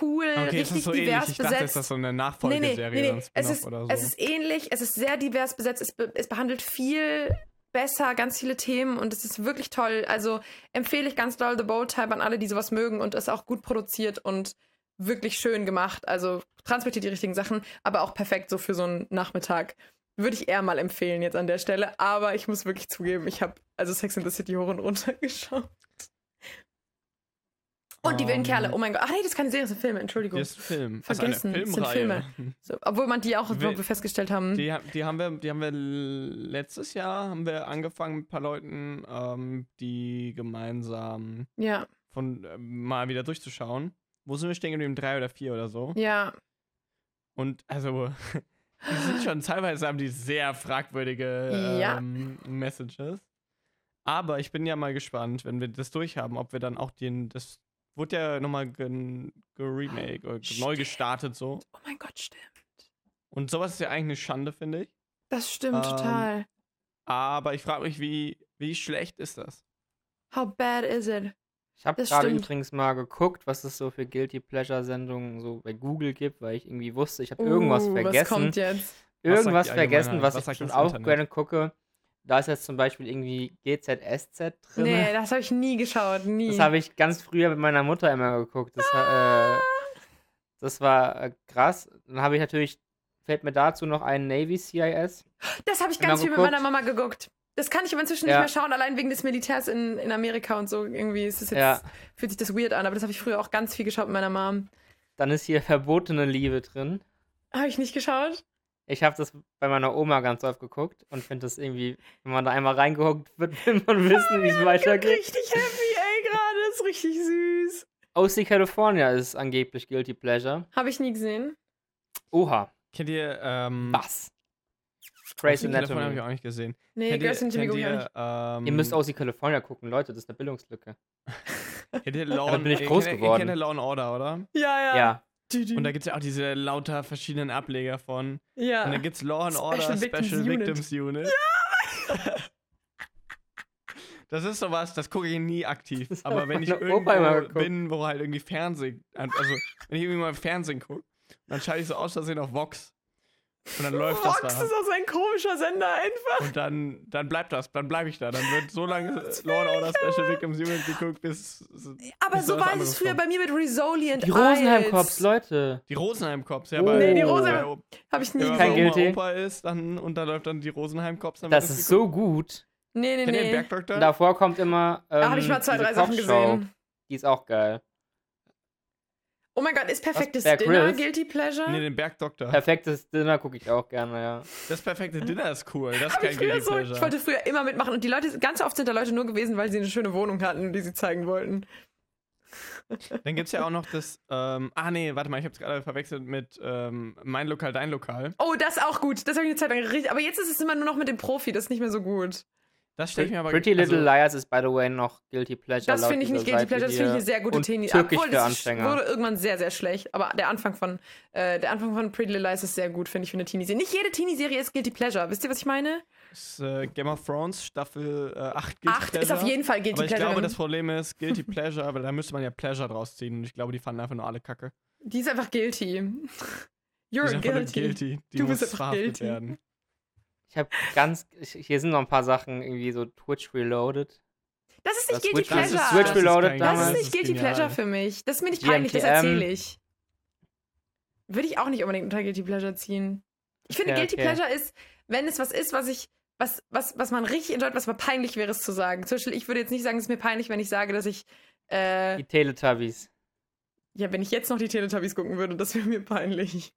cool,
Okay, es
richtig
ist so
divers
ähnlich. Ich
besetzt.
dachte, ist das so eine Nachfolgeserie oder ein
Es,
Spin-off
ist,
oder so.
es ist ähnlich, es ist sehr divers besetzt, es, be es behandelt viel besser ganz viele Themen und es ist wirklich toll. Also empfehle ich ganz doll The Bold Type an alle, die sowas mögen und ist auch gut produziert und wirklich schön gemacht. Also transportiert die richtigen Sachen, aber auch perfekt so für so einen Nachmittag. Würde ich eher mal empfehlen jetzt an der Stelle, aber ich muss wirklich zugeben, ich habe also Sex in the City hoch und runter geschaut. Und die wilden
Ähm,
Kerle, oh mein Gott. Ach nee, das ist keine Serie, das sind Filme, Entschuldigung.
Die ist ein Film.
Vergessen,
Also eine
es sind
Filmreihe.
So, obwohl man die auch
Will-
wir festgestellt haben.
Die, ha- die, haben wir, die haben wir l- letztes Jahr haben wir angefangen mit ein paar Leuten, ähm, die gemeinsam
ja,
von ähm, mal wieder durchzuschauen. Wo sind wir stehen geblieben? Drei oder vier oder so.
ja.
Und also, die sind schon teilweise haben die sehr fragwürdige
Ja.
ähm, Messages. Aber ich bin ja mal gespannt, wenn wir das durchhaben, ob wir dann auch den. Das wurde ja nochmal gen- geremake oder neu
Stimmt.
gestartet so.
Oh mein Gott, stimmt.
Und sowas ist ja eigentlich eine Schande, finde ich.
Das stimmt
Ähm,
total.
Aber ich frage mich, wie, wie schlecht ist das?
How bad is it?
Ich habe
Das
gerade
stimmt.
übrigens mal geguckt, was es so für Guilty Pleasure Sendungen so bei Google gibt, weil ich irgendwie wusste, ich habe irgendwas
Uh, Was
vergessen.
kommt jetzt?
Was sagt
irgendwas
die
vergessen,
Allgemeinheit?
was,
Was
ich
sagt
bestimmt
das
auch
Internet?
gerne gucke. Da ist jetzt zum Beispiel irgendwie GZSZ drin.
Nee, das habe ich nie geschaut, nie.
Das habe ich ganz früher mit meiner Mutter immer geguckt. Das, ha- äh, das war äh, krass. Dann habe ich natürlich, fällt mir dazu noch ein Navy CIS.
Das habe ich
Genau
ganz viel mit
geguckt.
meiner Mama geguckt. Das kann ich aber inzwischen
Ja.
nicht mehr schauen, allein wegen des Militärs in, in Amerika und so. Irgendwie ist es jetzt,
Ja.
fühlt sich das weird an, aber das habe ich früher auch ganz viel geschaut mit meiner Mom.
Dann ist hier verbotene Liebe drin.
Habe ich nicht geschaut?
Ich habe das bei meiner Oma ganz oft geguckt und finde das irgendwie, wenn man da einmal reingeguckt wird, will man wissen, wie es weitergeht.
Richtig happy, ey, gerade. Das ist richtig süß.
OC California ist angeblich Guilty Pleasure.
Habe ich nie gesehen.
Oha,
Kennt ihr, ähm,
was?
Grey's
Grey's
Anatomy habe ich
Anatomy.
auch nicht gesehen.
Nee,
kennt ihr,
Girls in Jimmy
kennt
gucke ich auch
ihr,
nicht.
ähm,
Ihr müsst OC California gucken, Leute, das ist eine Bildungslücke.
Kennt ihr Law
Damit bin ich
ihr
groß
kennt, Ihr
geworden.
kennt ja Law and Order, oder?
Ja, ja.
Ja,
Und da gibt es ja auch diese lauter verschiedenen Ableger von.
ja.
Und dann gibt es Law and
Special
Order
Victims
Special
Unit.
Victims Unit. Das ist sowas, das gucke ich nie aktiv.
Das hat
Aber wenn ich
meine Oma immer
irgendwo
geguckt.
bin, wo halt irgendwie Fernsehen, also wenn ich irgendwie mal Fernsehen gucke, dann schalte ich so aus Versehen auf Vox. Und dann läuft
Fox
das da.
ist auch so ein komischer Sender einfach.
Und dann, dann bleibt das, dann bleibe ich da. Dann wird so lange Law and Order Special Victims Unit geguckt, bis.
Aber
bis
so
was
war
anderes
es früher
kommt.
bei mir mit Rosalient.
Die Rosenheim-Cops, Leute.
Die Rosenheim-Cops, ja,
Oh.
bei,
Nee, die
Rosenheim- Habe ich nie
Wenn
Kein
man
gesehen.
bei Oma
Guilty.
Opa ist dann, und da läuft dann die Rosenheim-Cops. dann wird
Das ist
geguckt.
so gut.
Nee, nee,
Kennt ihr den
nee.
Bergdoktor?
Davor kommt immer. Ähm,
Da habe ich mal zwei,
diese
drei Sachen
Kochshow.
gesehen.
Die ist auch geil.
Oh mein Gott, ist perfektes
Bear
Dinner
Grylls?
Guilty Pleasure?
Nee, den Bergdoktor.
Perfektes Dinner gucke ich auch gerne, ja.
Das perfekte Dinner ist cool. Das ist
Hab ich,
kein
früher
Guilty
so, ich
Pleasure.
wollte früher immer mitmachen und die Leute, ganz oft sind da Leute nur gewesen, weil sie eine schöne Wohnung hatten, die sie zeigen wollten.
Dann gibt es ja auch noch das, ähm, ah nee, warte mal, ich hab's gerade verwechselt mit ähm, Mein Lokal, Dein Lokal.
Oh, das ist auch gut. Das habe ich eine Zeit lang richtig. Aber jetzt ist es immer nur noch mit dem Profi, das ist nicht mehr so gut.
Das stelle ich mir aber also
Pretty Little Liars ist, by the way, noch Guilty Pleasure.
Das
laut
finde ich nicht
dieser
Guilty Pleasure, das
Seite
finde ich eine sehr gute
und
Teenie.
Türkisch
Obwohl,
für
das
Anfänger.
wurde irgendwann sehr, sehr schlecht. Aber der Anfang von, äh, der Anfang von Pretty Little Lies ist sehr gut, finde ich, für eine Teenie-Serie. Nicht jede Teenie-Serie ist Guilty Pleasure. Wisst ihr, was ich meine?
Das, äh, Game of Thrones Staffel äh, 8 Guilty
Acht ist auf jeden Fall Guilty
Aber ich
Pleasure.
glaube,
wenn-
das Problem ist Guilty Pleasure, weil da müsste man ja Pleasure draus ziehen und ich glaube, die fanden einfach nur alle Kacke.
Die ist einfach guilty.
Die
You're
sind einfach nur
guilty.
guilty. Die
Du
muss
bist einfach
verhaftet
guilty.
werden.
Ich habe ganz, ich, hier sind noch ein paar Sachen irgendwie so Twitch Reloaded.
Das ist nicht
Das
Guilty
Switch- das
Pleasure.
ist Switch
das, ist,
Reloaded
kein-
damals.
das
nicht Guilty
genial.
Pleasure für mich. Das ist mir nicht peinlich, das
GMTM.
erzähle ich. Würde ich auch nicht unbedingt unter Guilty Pleasure ziehen. Ich finde,
Okay,
Guilty
okay.
Pleasure ist, wenn es was ist, was ich, was, was, was man richtig enjoyt, was mal peinlich wäre, es zu sagen. Zum Beispiel, ich würde jetzt nicht sagen, es ist mir peinlich, wenn ich sage, dass ich, äh,
Die Teletubbies.
ja, wenn ich jetzt noch die Teletubbies gucken würde, das wäre mir peinlich.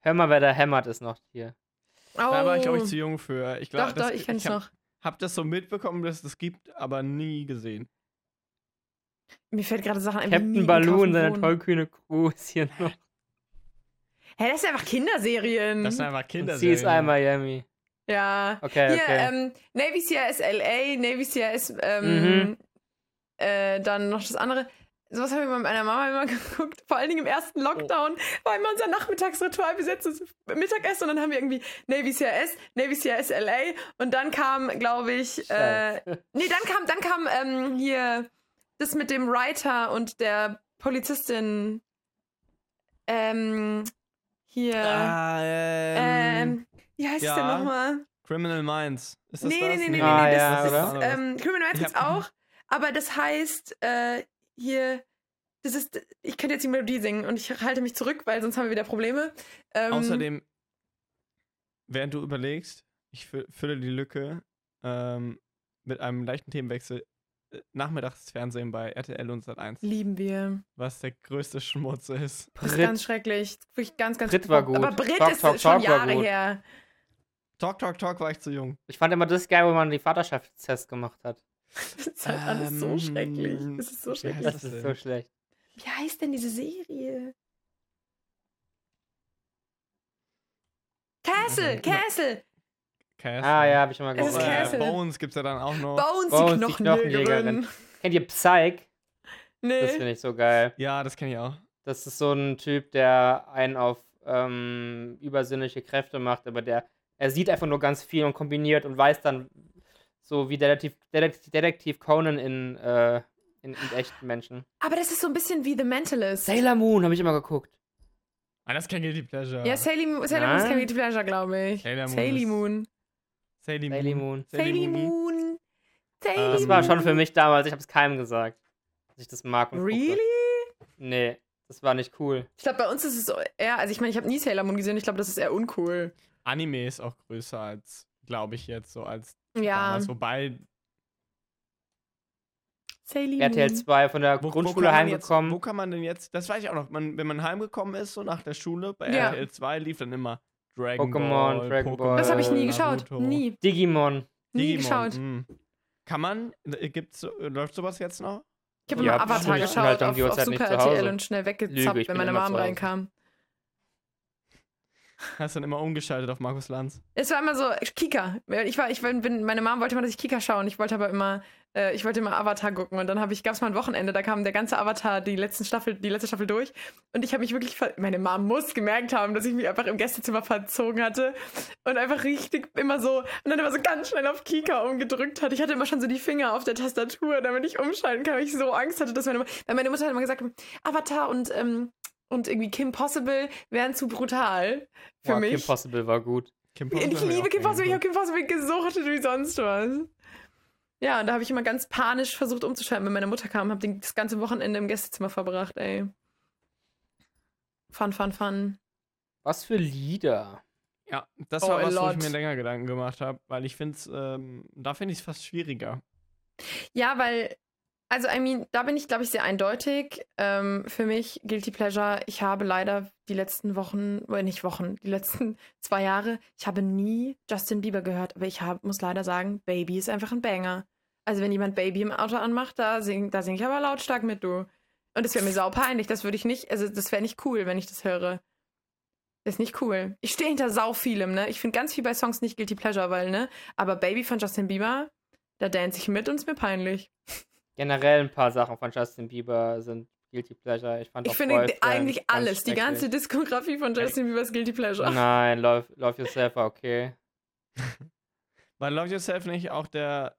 Hör mal, wer da hämmert ist noch hier.
Oh.
Da war ich, glaube ich, zu jung für. Ich glaub,
Doch,
das,
doch, ich fände es
hab,
noch.
Hab das so mitbekommen, dass es das gibt, aber nie gesehen.
Mir fällt gerade Sachen ein. wie
Captain
Mieten,
Baloo
Kaufen,
und seine
Wohnen.
tollkühne Crew ist hier noch.
Hä, das sind einfach Kinderserien.
Das sind einfach
Und
Kinder.
CSI Miami.
Ja.
Okay,
Hier,
okay.
ähm, Navy CIS LA, Navy CIS, ähm,
Mhm.
äh, dann noch das andere. Sowas habe ich mit meiner Mama immer geguckt, vor allen Dingen im ersten
Oh.
Lockdown, war immer unser Nachmittagsritual, wir setzen uns Mittagessen und dann haben wir irgendwie Navy CIS, Navy CIS LA und dann kam, glaube ich, äh,
Scheiße.
nee, dann kam, dann kam ähm, hier das mit dem Writer und der Polizistin, ähm, hier,
Ah, ähm,
ähm, wie heißt es
ja.
denn nochmal?
Criminal Minds. Ist das
Nee, nee,
das?
nee, nee, nee,
Ah,
nee,
ja,
das
oder?
ist ähm, Criminal Minds
Ich
jetzt
hab-
auch, aber das heißt äh, hier, das ist, ich könnte jetzt die Melodie singen und ich halte mich zurück, weil sonst haben wir wieder Probleme. Ähm,
Außerdem, während du überlegst, ich fü- fülle die Lücke ähm, mit einem leichten Themenwechsel. Äh, Nachmittagsfernsehen bei RTL und Sat1,
lieben wir.
was der größte Schmutz ist.
Das ist
Brit.
ganz schrecklich, Das ist wirklich ganz, ganz.
Brit war gut.
Aber Brit
Talk,
ist
Talk,
schon
Talk war
Jahre
gut.
her.
Talk, talk, talk war ich zu jung.
Ich fand immer das geil, wo man die Vaterschaftstests gemacht hat.
Das ist halt alles so
Ähm,
schrecklich. Das ist so
wie
schrecklich.
heißt
Das
das
ist
denn?
so schlecht.
Wie heißt denn diese Serie? Castle,
Mhm.
Castle,
Castle.
Ah ja, hab ich schon mal
Es ist
Oh,
gehört.
äh,
Castle.
Bones gibt's ja dann auch noch.
Bones,
Bones,
die
die
Knochenjägerin.
Knochenjägerin. Kennt ihr Psych? Das
Nee.
finde ich so geil.
ja, das kenne ich auch.
Das ist so ein Typ, der einen auf ähm, übersinnliche Kräfte macht, aber der, er sieht einfach nur ganz viel und kombiniert und weiß dann, so wie Detektiv, Detektiv, Detektiv Conan in, äh, in, in echten Menschen.
Aber das ist so ein bisschen wie The Mentalist.
Sailor Moon habe ich immer geguckt.
Ah, das ist kein Guilty Pleasure.
Ja, Sailor, Moon- Sailor Moon ist kein
Nein.
Guilty Pleasure, glaube ich.
Sailor Moon
Sailor
ist-
Moon.
Sailor
Sailor Moon.
Sailor Moon. Sailor
Das war schon für mich damals, ich habe es keinem gesagt, dass ich das mag. Und gucke.
Really?
Nee, das war nicht cool.
Ich glaube, bei uns ist es eher, also ich meine, ich habe nie Sailor Moon gesehen, ich glaube, das ist eher uncool.
Anime ist auch größer als, glaube ich jetzt, so als
Ja.
damals. Wobei,
Sailor
RTL
Moon.
2 von der
wo, wo
Grundschule
kann man jetzt,
heimgekommen.
wo kann man denn jetzt, das weiß ich auch noch, man, wenn man heimgekommen ist, so nach der Schule, bei
Ja.
RTL 2 lief dann immer Dragon
Pokémon,
Ball,
Dragon
Pokémon,
Ball.
Das habe ich nie
Äh,
geschaut.
Naruto,
Nie.
Digimon.
Nie
Digimon,
geschaut.
mm. Kann man, äh, gibt's, so- äh, läuft sowas jetzt noch?
Ich habe
Ja,
immer Avatar
bestimmt. Ich bin
geschaut
halt um
auf,
die
auf
Uhrzeit nicht
Super
zu Hause.
RTL und schnell
Lüge,
weggezappt,
ich
wenn
bin
meine
immer zu
Mom
Hause.
reinkam.
Hast dann immer umgeschaltet auf Markus Lanz.
Es war immer so Kika. Ich war, ich bin- bin, meine Mom wollte immer, dass ich Kika schaue und ich wollte aber immer, äh, ich wollte immer Avatar gucken und dann habe ich, gab es mal ein Wochenende, da kam der ganze Avatar die letzten Staffel, die letzte Staffel durch und ich habe mich wirklich, ver meine Mom muss gemerkt haben, dass ich mich einfach im Gästezimmer verzogen hatte und einfach richtig immer so und dann immer so ganz schnell auf Kika umgedrückt hat. Ich hatte immer schon so die Finger auf der Tastatur, damit ich umschalten kann, weil ich so Angst hatte, dass meine, Mu- weil meine Mutter hat immer gesagt, Avatar und ähm, und irgendwie Kim Possible wären zu brutal für
Boah,
mich.
Kim Possible war gut.
Kim
Ja,
Possible
Ich
hab
liebe
auch
Kim
gern
Possible, ich habe
geguckt.
Kim Possible gesuchtet wie sonst was. Ja, und da habe ich immer ganz panisch versucht umzuschalten, wenn meine Mutter kam, habe das ganze Wochenende im Gästezimmer verbracht, ey. Fun, fun, fun.
Was für Lieder.
Ja, das
Oh,
war
a
was, wo ich
lot.
mir länger Gedanken gemacht habe, weil ich finde es, ähm, da finde ich es fast schwieriger.
Ja, weil, also, I mean, da bin ich, glaube ich, sehr eindeutig. Ähm, für mich, Guilty Pleasure, ich habe leider die letzten Wochen, oder nicht Wochen, die letzten zwei Jahre, ich habe nie Justin Bieber gehört, aber ich hab, muss leider sagen, Baby ist einfach ein Banger. Also wenn jemand Baby im Auto anmacht, da sing, da sing ich aber lautstark mit, du. Und das wäre mir sau peinlich. Das würde ich nicht, also das wäre nicht cool, wenn ich das höre. Das ist nicht cool. Ich stehe hinter sau vielem, ne? Ich finde ganz viel bei Songs nicht Guilty Pleasure, weil, ne? Aber Baby von Justin Bieber, da dance ich mit und ist mir peinlich.
Generell ein paar Sachen von Justin Bieber sind Guilty Pleasure. Ich, fand
Ich
auch
finde
Boyfriend
eigentlich
ganz
alles, die ganze
schrecklich.
Diskografie von Justin Biebers Guilty Pleasure.
Nein, Love, Love Yourself war okay.
War Love Yourself nicht auch der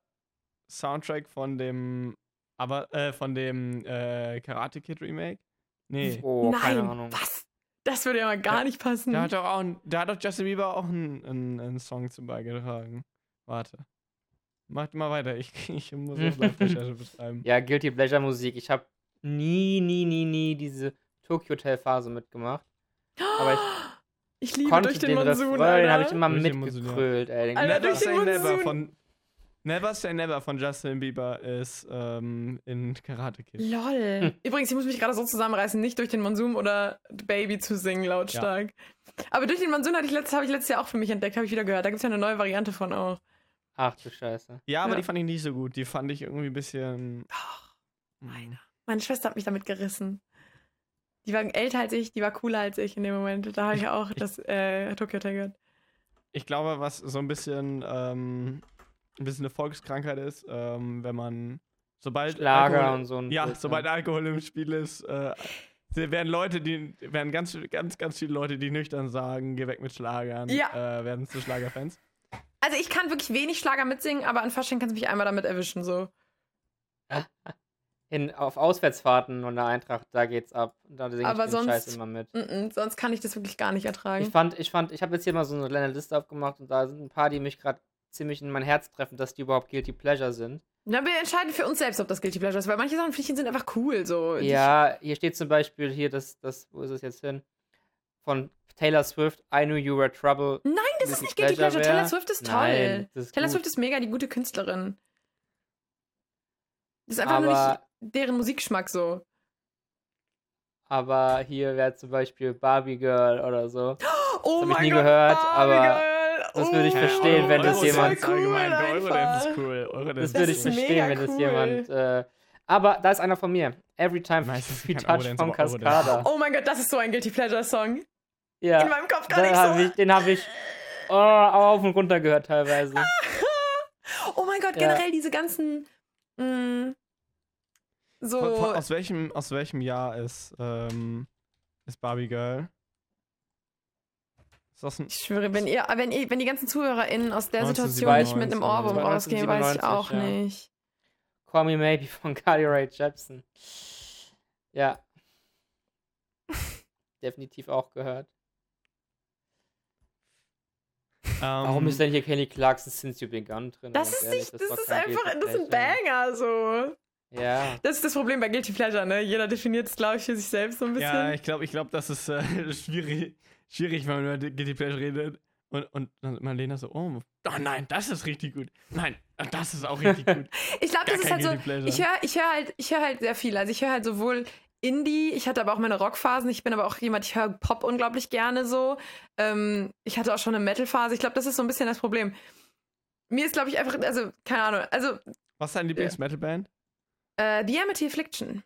Soundtrack von dem aber äh, von dem äh, Karate Kid Remake? Nee.
Oh, keine
Nein,
Ahnung.
was? Das würde ja mal gar
Ja,
nicht passen.
Da hat doch auch ein, da hat doch Justin Bieber auch einen, einen, einen Song zu beigetragen. Warte. Macht mal weiter, ich, ich muss auch live Recherche betreiben.
Ja, Guilty Pleasure Musik. Ich habe nie, nie, nie, nie diese Tokyo Hotel Phase mitgemacht. Aber ich
ich liebe
konnte
durch den,
den
Monsun,
Refrain,
Alter.
habe ich immer
Durch den Monsun, ja.
mitgekrölt, ey.
Alter,
Never
durch den
Say Never
Monsun.
von Never Say Never von Justin Bieber ist ähm, in Karate Kid.
Lol.
Hm.
Übrigens, ich muss mich gerade so zusammenreißen, nicht durch den Monsun oder Baby zu singen lautstark. Aber durch den Monsun hatte ich letztes, habe ich letztes Jahr auch für mich entdeckt, habe ich wieder gehört. Da gibt es ja eine neue Variante von auch.
Ach du Scheiße.
Ja, aber
Ja.
die fand ich nicht so gut. Die fand ich irgendwie ein bisschen. hm.
Meine. Meine Schwester hat mich damit gerissen. Die war älter als ich, die war cooler als ich in dem Moment. Da habe ich auch das äh, Tokyo Hotel gehört.
Ich glaube, was so ein bisschen, ähm, ein bisschen eine Volkskrankheit ist, ähm, wenn man sobald
Schlager
Alkohol,
und so ein
ja,
Blödsinn.
sobald Alkohol im Spiel ist, äh, werden Leute, die werden ganz, ganz, ganz viele Leute, die nüchtern sagen, geh weg mit Schlagern,
Ja.
äh, werden zu Schlagerfans.
Also ich kann wirklich wenig Schlager mitsingen, aber an Fasching kannst du mich einmal damit erwischen. So.
In, auf Auswärtsfahrten und der Eintracht, da geht's ab. Da singe
Aber
ich den Scheiß
sonst-
immer mit.
Mm -mm, sonst kann ich das wirklich gar nicht ertragen.
Ich fand, ich fand, ich habe jetzt hier mal so eine kleine Liste aufgemacht und da sind ein paar, die mich gerade ziemlich in mein Herz treffen, dass die überhaupt Guilty Pleasure sind.
Na, wir entscheiden für uns selbst, ob das Guilty Pleasure ist, weil manche Sachen finde ich, sind einfach cool. So.
Ja, hier steht zum Beispiel hier, das, das, wo ist es jetzt hin? Von Taylor Swift, I Knew You Were Trouble.
Nein, das ist
Guilty
nicht Guilty Pleasure.
Pleasure
Taylor
wär-
Swift ist toll.
Nein, das ist
Taylor
gut.
Swift ist mega die gute Künstlerin. Das ist einfach nur
Aber-
nicht deren Musikgeschmack so.
Aber hier wäre zum Beispiel Barbie Girl oder so.
Oh
hab ich
mein
nie
Gott,
gehört,
Barbie
aber
Girl.
das würde ich
Oh,
Äh,
verstehen, wenn das
ist voll
jemand-
cool
Der Eurodance ist
einfach.
cool. Eurodance
Das,
Das
würde ich
ist mega
verstehen, wenn das
cool.
jemand. Äh, aber da ist einer von mir. Every time
Nein, das ist
we
kein
touch
Eurodance,
von
aber Eurodance.
Cascada.
Oh mein Gott, das ist so ein Guilty Pleasure Song. In
ja,
meinem Kopf gar
den habe ich,
nicht
den hab ich oh, auf und runter gehört teilweise.
so. Oh mein Gott,
Ja.
generell diese ganzen mh, so
Von, von, aus, welchem, aus welchem Jahr ist, ähm, ist Barbie Girl? Ist das ein,
Ich schwöre, wenn ihr, wenn ihr, wenn die ganzen ZuhörerInnen aus der Situation nicht
1997,
mit einem Ohrwurm
ja.
rausgehen, weiß ich auch
1997, ja.
nicht.
Call Me Maybe von Carly Rae Jepsen. Ja. Definitiv auch gehört. Warum
ähm,
ist denn hier Kelly Clarkson Since You Begun drin?
Das
Ganz
ist
ehrlich,
nicht, das,
ist doch
ist
kein
einfach,
Guilty
das ist ein
Pleasure.
Banger so.
Ja.
Das ist das Problem bei Guilty Pleasure, ne? Jeder definiert es, glaube ich, für sich selbst so ein bisschen.
Ja, ich glaube, ich glaub, das ist äh, schwierig, schwierig, wenn man über Guilty Pleasure redet. Und, und dann immer Lena so, oh, oh nein, das ist richtig gut. Nein, oh, das ist auch richtig gut.
Ich glaube,
Gar
das ist
kein
halt so.
Guilty Pleasure.
Ich höre ich hör halt, ich hör halt sehr viel. Also ich höre halt sowohl Indie, ich hatte aber auch meine Rockphasen, ich bin aber auch jemand, ich höre Pop unglaublich gerne so. Ähm, ich hatte auch schon eine Metal-Phase. Ich glaube, das ist so ein bisschen das Problem. Mir ist, glaube ich, einfach, also, keine Ahnung, also
Was ist dein Lieblings-Metal-Band?
äh, The Amity Affliction,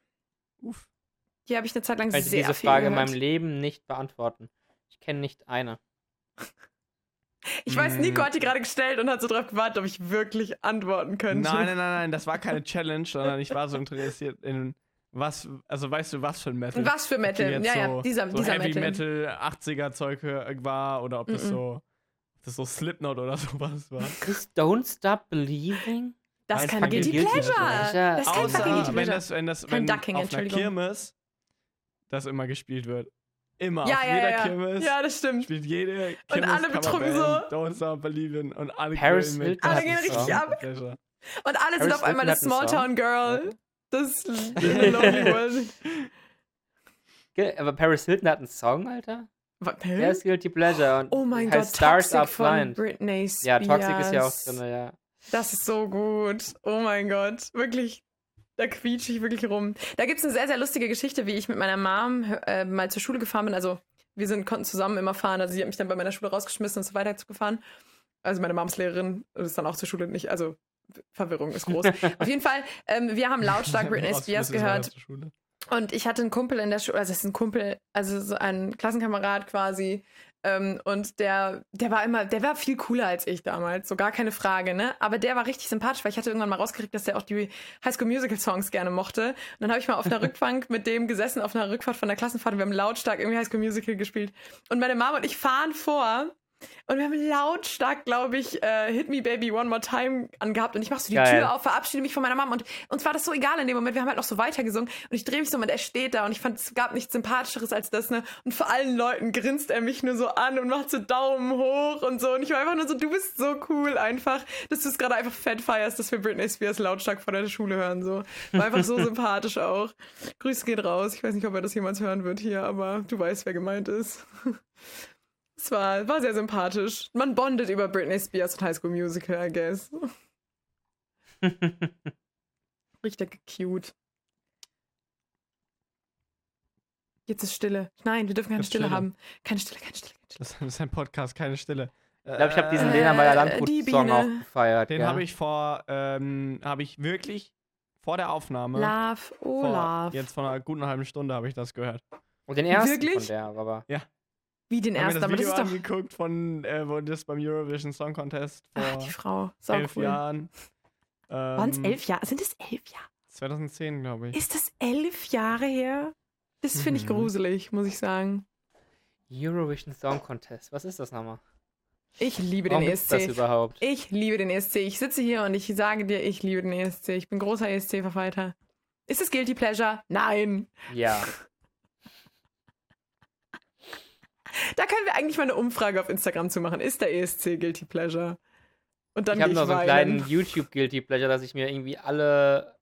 Uff.
die habe ich eine Zeit lang
Ich könnte
sehr
Also diese
viel
Frage in
gehört.
meinem Leben nicht beantworten. Ich kenne nicht eine.
Ich weiß,
Mm.
Nico hat die gerade gestellt und hat so drauf gewartet, ob ich wirklich antworten
Nein,
könnte.
nein, nein, nein, das war keine Challenge, sondern ich war so interessiert in was, also weißt du, was für ein Metal?
Was für
Ob die
Metal?
jetzt
Ja,
so,
ja, dieser,
so
dieser
Heavy
Metal.
Metal, 80er-Zeug war oder ob das
Mhm.
so ob das so Slipknot oder sowas war.
Don't Stop Believing?
Das ist
Nein,
kein
fucking
Guilty
Guilty
Pleasure.
Pleasure.
Das ist kein fucking Guilty
Außer wenn
Pleasure.
das, wenn das,
Kein
wenn
Ducking,
auf einer
Entschuldigung.
Kirmes das immer gespielt wird. Immer,
ja,
auf
ja,
jeder
ja.
Kirmes
Ja, das stimmt.
spielt jede Kirmes
alle betrunken
Coverband Don't Stop Believin' und alle
Paris
grölen
Hilton
Alle gehen
hat einen
richtig
Song.
ab.
Pleasure.
Und alle sind
Paris
auf einmal
Hilton
eine
hat einen Song.
Smalltown Girl. Das ist Lonely World.
Ge- Aber Paris Hilton hat einen Song, Alter? Der ist Guilty Pleasure. Und
Oh mein Gott,
heißt Stars
Toxic
Are
von
Blind.
Britney Spears.
Ja, Toxic ist ja auch drin, ja.
Das ist so gut. Oh mein Gott, wirklich. Da quietsche ich wirklich rum. Da gibt es eine sehr, sehr lustige Geschichte, wie ich mit meiner Mom äh, mal zur Schule gefahren bin. Also, wir sind, konnten zusammen immer fahren. Also, sie hat mich dann bei meiner Schule rausgeschmissen und so weiter gefahren. Also, meine Mams Lehrerin ist dann auch zur Schule nicht. Also, Verwirrung ist groß. Auf jeden Fall, ähm, wir haben lautstark Britney Spears gehört. Und ich hatte einen Kumpel in der Schule, also es ist ein Kumpel, also so ein Klassenkamerad quasi. Ähm, und der, der war immer, der war viel cooler als ich damals, so gar keine Frage, ne? Aber der war richtig sympathisch, weil ich hatte irgendwann mal rausgekriegt, dass der auch die Highschool Musical Songs gerne mochte. Und dann habe ich mal auf einer Rückbank mit dem gesessen, auf einer Rückfahrt von der Klassenfahrt und wir haben lautstark irgendwie Highschool Musical gespielt. Und meine Mama und ich fahren vor und wir haben lautstark, glaube ich, äh, Hit Me Baby One More Time angehabt. Und ich mach so die
Geil.
Tür auf, verabschiede mich von meiner Mama. Und uns war das so egal in dem Moment. Wir haben halt noch so weitergesungen. Und ich drehe mich so um und er steht da. Und ich fand, es gab nichts Sympathischeres als das. Ne? Und vor allen Leuten grinst er mich nur so an und macht so Daumen hoch und so. Und ich war einfach nur so, du bist so cool einfach, dass du es gerade einfach fett feierst, dass wir Britney Spears lautstark vor der Schule hören. So. War einfach so sympathisch auch. Grüße geht raus. Ich weiß nicht, ob er das jemals hören wird hier, aber du weißt, wer gemeint ist. Es war, war sehr sympathisch. Man bondet über Britney Spears und High School Musical, I guess. Richtig cute. Jetzt ist Stille. Nein, wir dürfen keine
Jetzt
Stille,
Stille.
haben. Keine Stille, keine Stille, keine Stille.
Das ist ein Podcast, keine Stille.
Ich glaube, ich habe diesen
Äh,
Lena meyer
die
landrut song
Biene.
auch gefeiert.
Den
ja.
habe ich vor, ähm, habe ich wirklich vor der Aufnahme.
Love, oh
vor,
love.
jetzt vor einer guten halben Stunde habe ich das gehört.
Und den ersten von
Wirklich?
der, aber.
Wie den
Ich habe mir
ersten,
das
aber das
Video
ist doch.
angeguckt von, äh, wo das beim Eurovision Song Contest vor
Ach, die Frau. Sau
elf
cool.
Jahren. Ähm,
Waren es elf Jahre? Sind es elf Jahre?
2010, glaube ich.
Ist das elf Jahre her? Das finde ich
Mhm.
gruselig, muss ich sagen.
Eurovision Song Contest. Was ist das nochmal?
Ich liebe den E
Warum gibt's
ESC.
das überhaupt?
Ich liebe den ESC. Ich sitze hier und ich sage dir, ich liebe den ESC. Ich bin großer ESC-Verfeiter. Ist es Guilty Pleasure? Nein.
Ja.
Da können wir eigentlich mal eine Umfrage auf Instagram zu machen. Ist der ESC Guilty Pleasure? Und dann
ich habe
gehe
noch so einen
weinen.
kleinen YouTube-Guilty Pleasure, dass ich mir irgendwie alle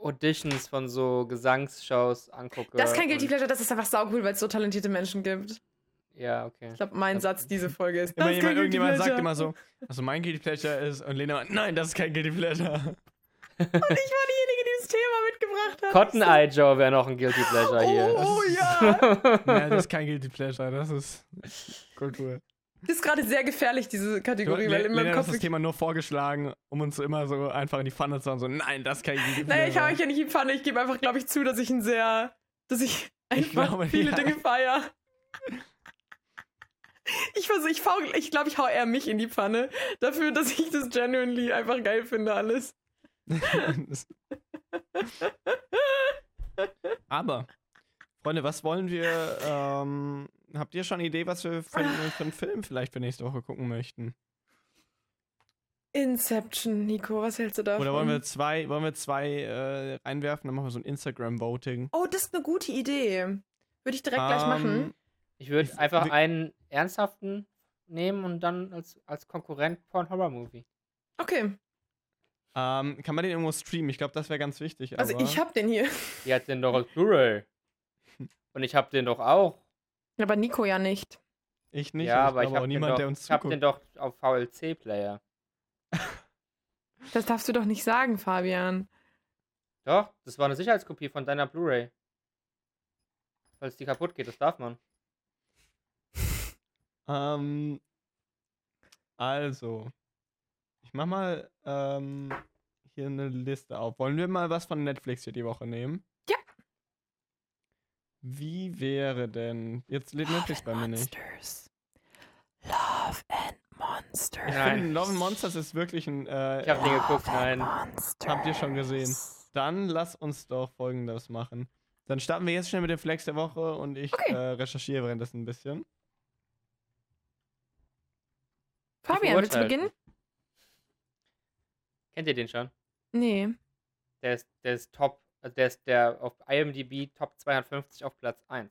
Auditions von so Gesangsshows angucke.
Das ist kein Guilty
und-
Pleasure, das ist einfach saucool, weil es so talentierte Menschen gibt.
Ja, okay.
Ich glaube, mein Satz diese Folge ist.
Immer
das ist kein
jemand,
Guilty
irgendjemand sagt
Pleasure.
immer so, also mein Guilty Pleasure ist, und Lena, meint, nein, das ist kein Guilty Pleasure.
Und ich war diejenige, die das Thema mitgebracht hat.
Cotton Eye Joe wäre noch ein Guilty Pleasure hier.
Oh, oh ja.
Nein, das ist kein Guilty Pleasure, das ist Kultur.
Das ist gerade sehr gefährlich, diese Kategorie, weil
Le
in meinem
Lena hat
Kopf.
das Thema nur vorgeschlagen, um uns so immer so einfach in die Pfanne zu hauen, so, nein, das ist kein Guilty Pleasure.
Naja, ich habe euch ja nicht in die Pfanne. Ich gebe einfach, glaube ich, zu, dass ich ein sehr. dass ich einfach
glaube,
viele
ja.
Dinge feier. Ich versuche, ich, faul- ich glaube, ich hau eher mich in die Pfanne dafür, dass ich das genuinely einfach geil finde, alles.
Das- Aber, Freunde, was wollen wir? Ähm, habt ihr schon eine Idee, was wir für, einen- für einen Film vielleicht für nächste Woche gucken möchten?
Inception, Nico, was hältst du davon?
Oder wollen wir zwei, wollen wir zwei äh, reinwerfen? Dann machen wir so ein Instagram-Voting.
oh, das ist eine gute Idee. Würde ich direkt gleich
Ähm,
machen.
Ich würde
Ich-
einfach
wir-
einen ernsthaften nehmen und dann als, als Konkurrent Porn Horror Movie.
Okay,
Ähm, kann man den irgendwo streamen? Ich glaube, das wäre ganz wichtig.
also
aber
ich hab den hier.
Die hat den doch als Blu-ray. Und ich habe den doch auch.
Aber Nico ja nicht.
ich nicht.
ja,
und
aber ich
glaube auch
habe den,
niemand,
doch-
der uns
ich hab den
zuguckt.
doch auf VLC-Player.
Das darfst du doch nicht sagen, Fabian.
Doch, das war eine Sicherheitskopie von deiner Blu-ray. Falls die kaputt geht, das darf man.
Ähm, also, ich mach mal ähm, hier eine Liste auf. Wollen wir mal was von Netflix hier die Woche nehmen?
Ja.
Wie wäre denn. Jetzt lädt Netflix bei mir nicht.
Oh, Monsters. Love and Monsters.
Ich
Nein.
finde, Love and Monsters ist wirklich ein. Äh,
Ich habe den geguckt, nein.
habt ihr schon gesehen. Dann lass uns doch folgendes machen. Dann starten wir jetzt schnell mit dem Flex der Woche und ich
Okay.
äh, recherchiere währenddessen ein bisschen.
Fabian, willst du beginnen?
Verurteilt. Kennt ihr den schon?
Nee.
Der ist, der ist top, also der ist der auf IMDb Top 250 auf Platz 1.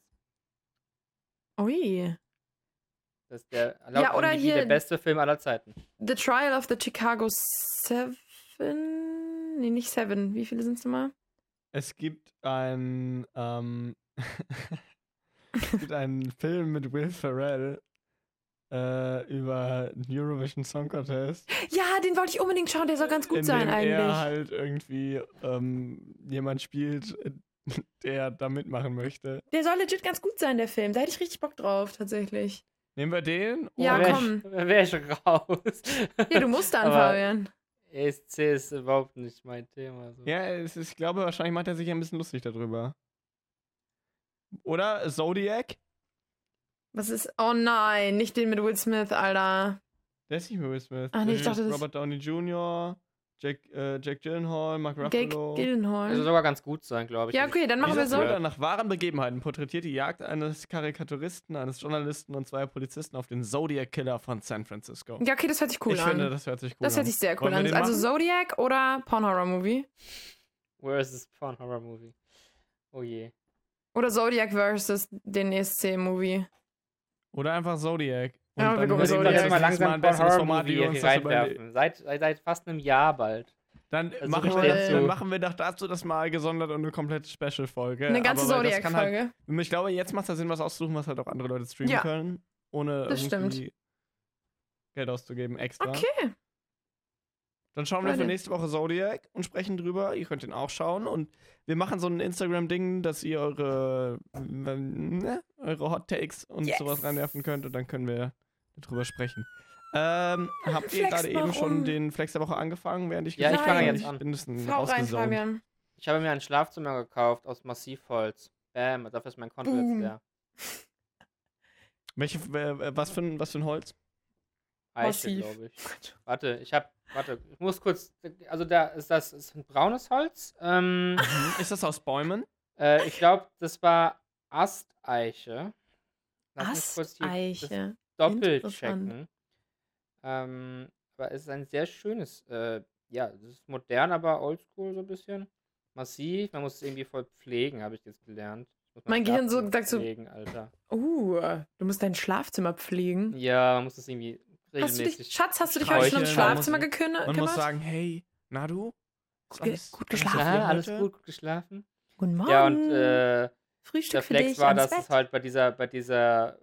Ui.
Das ist der laut
Ja, oder
IMDb
hier-
der beste Film aller Zeiten.
The Trial of the Chicago Seven. Nee, nicht Seven. Wie viele sind es nochmal?
Es gibt ein, ähm, es gibt einen Film mit Will Ferrell äh, über den Eurovision Song Contest,
Ja, den wollte ich unbedingt schauen. Der soll ganz gut
in
sein
dem er
eigentlich.
halt irgendwie ähm, jemand spielt, äh, der da mitmachen möchte.
Der soll legit ganz gut sein, der Film. Da hätte ich richtig Bock drauf, tatsächlich.
Nehmen wir den?
Ja,
Oder-
Wär
komm.
Ich, wär ich raus.
Ja, du musst dann,
Aber-
Fabian.
ESC ist überhaupt nicht mein Thema. So.
Ja, es ist, ich glaube, wahrscheinlich macht er sich ein bisschen lustig darüber. Oder Zodiac?
Was ist. Oh nein, nicht den mit Will Smith, Alter.
Der ist nicht mehr Will Smith.
Ah, nee, ich
Das ist
dachte, das-
Robert Downey Jr., Jack, äh, Jack Gyllenhaal, Mark
Gag
Ruffalo.
Gyllenhaal.
Also sogar ganz gut sein, glaube ich.
ja, okay, dann machen wir
Dieser
so.
Dieser-
Thriller nach wahren Begebenheiten porträtiert die Jagd eines Karikaturisten, eines Journalisten und zweier Polizisten auf den Zodiac Killer von San Francisco.
Ja, okay, das hört sich cool
ich
an.
finde, das hört sich cool
das
an.
hört sich sehr cool
Wollen wir
an.
den
Also
machen?
Zodiac oder Porn Horror Movie?
Where is this porn horror movie? Oh je.
Oder Zodiac versus den E ESC-Movie.
Oder einfach Zodiac.
Ja, wir gucken
überlegen
Müssen wir
Zodiac.
jetzt mal
das nächste
langsam porn
ein besseres
horror
Format, wie wir
movie
uns
hier
das überlegen.
reinwerfen. Seit, seit, seit fast einem Jahr bald.
Dann,
Also
machen
richtig
wir,
dazu.
dann machen wir doch dazu das mal gesondert und eine komplette Special-Folge.
Eine ganze
Aber weil das kann Halt,
Zodiac-Folge.
ich glaube, jetzt macht es Sinn, was auszusuchen, was halt auch andere Leute streamen
Ja.
können, ohne
Das stimmt.
irgendwie Geld auszugeben
halt
extra.
okay.
Dann schauen wir für
Leute.
nächste Woche Zodiac und sprechen drüber. Ihr könnt ihn auch schauen. Und wir machen so ein Instagram-Ding, dass ihr eure, äh, ne, eure Hot Takes und
Yes.
sowas reinwerfen könnt. Und dann können wir drüber sprechen. Ähm, habt ihr
Flex
gerade
mal
eben schon
rum.
den Flex der Woche angefangen, während ich
Ja,
ich fange
habe?
jetzt an.
Ich bin ein bisschen
Hau rein,
ausgesaugt.
Fabian.
Ich habe mir ein Schlafzimmer gekauft aus Massivholz. Bam, dafür ist mein Konto
Boom.
jetzt leer.
Welche, äh, was, für ein, was für ein Holz?
Eiche,
Massiv.
glaube ich. Warte, ich habe, warte, ich muss kurz, also da ist das ist ein braunes Holz. Ähm,
Mhm.
Ist das aus Bäumen?
äh, ich glaube, das war Asteiche. mich kurz die- das
Asteiche.
Doppelt
Interessant.
checken. Ähm, aber es ist ein sehr schönes, äh, ja, es ist modern, aber oldschool so ein bisschen. Massiv, man muss es irgendwie voll pflegen, habe ich jetzt gelernt. Muss man
Mein Gehirn so
Schlafzimmer
sagt so-
Pflegen, Alter.
Uh, du musst dein Schlafzimmer pflegen.
Ja, man muss das irgendwie
Hast du
regelmäßig.
dich, Schatz, hast du dich heute schon im
streicheln,
Schlafzimmer
man muss-
gekümmert?
Man muss sagen, hey, na du? Ist
Gut ge-
alles-
gut
alles
geschlafen?
okay
ja, alles
heute?
gut, gut geschlafen.
Guten Morgen.
Ja, und äh,
Frühstück
der
für
Flex
dich
war,
ans
dass
Bett.
es halt bei dieser, bei dieser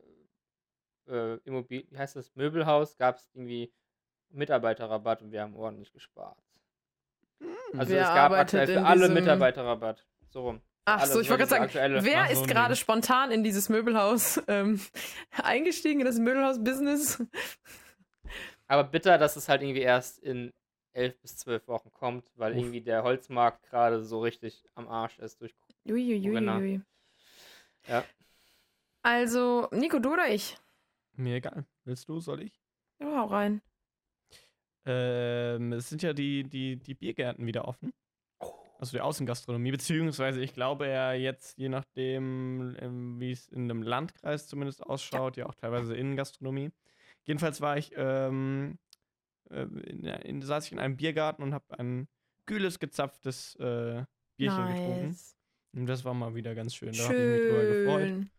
äh, Immobilie, wie heißt das, Möbelhaus, gab es irgendwie Mitarbeiterrabatt und wir haben ordentlich gespart.
Hm.
Also
Wer
es gab
arbeitet
aktuell für
in
alle
diesem-
Mitarbeiterrabatt. So rum.
Ach
alles
so, ich
nur
wollte
diese
gerade sagen,
aktuelle.
wer
Ach so,
ist
nee.
gerade spontan in dieses Möbelhaus ähm, eingestiegen, in das Möbelhaus-Business?
Aber bitter, dass es halt irgendwie erst in elf bis zwölf Wochen kommt, weil
Uff.
irgendwie der Holzmarkt gerade so richtig am Arsch ist durch. Corinna.
Uiuiui.
genau? Ja.
Also, Nico, du oder ich?
Mir egal. Willst du, soll ich?
Ja, hau rein.
Ähm, es sind ja die, die, die Biergärten wieder offen. Also die Außengastronomie, beziehungsweise ich glaube ja jetzt, je nachdem, ähm, wie es in einem Landkreis zumindest ausschaut, ja, auch teilweise Innengastronomie. Jedenfalls war ich, ähm, äh, in, in, saß ich in einem Biergarten und habe ein kühles, gezapftes äh, Bierchen getrunken.
Nice.
Und das war mal wieder ganz schön. Da habe ich mich drüber gefreut.
Schön.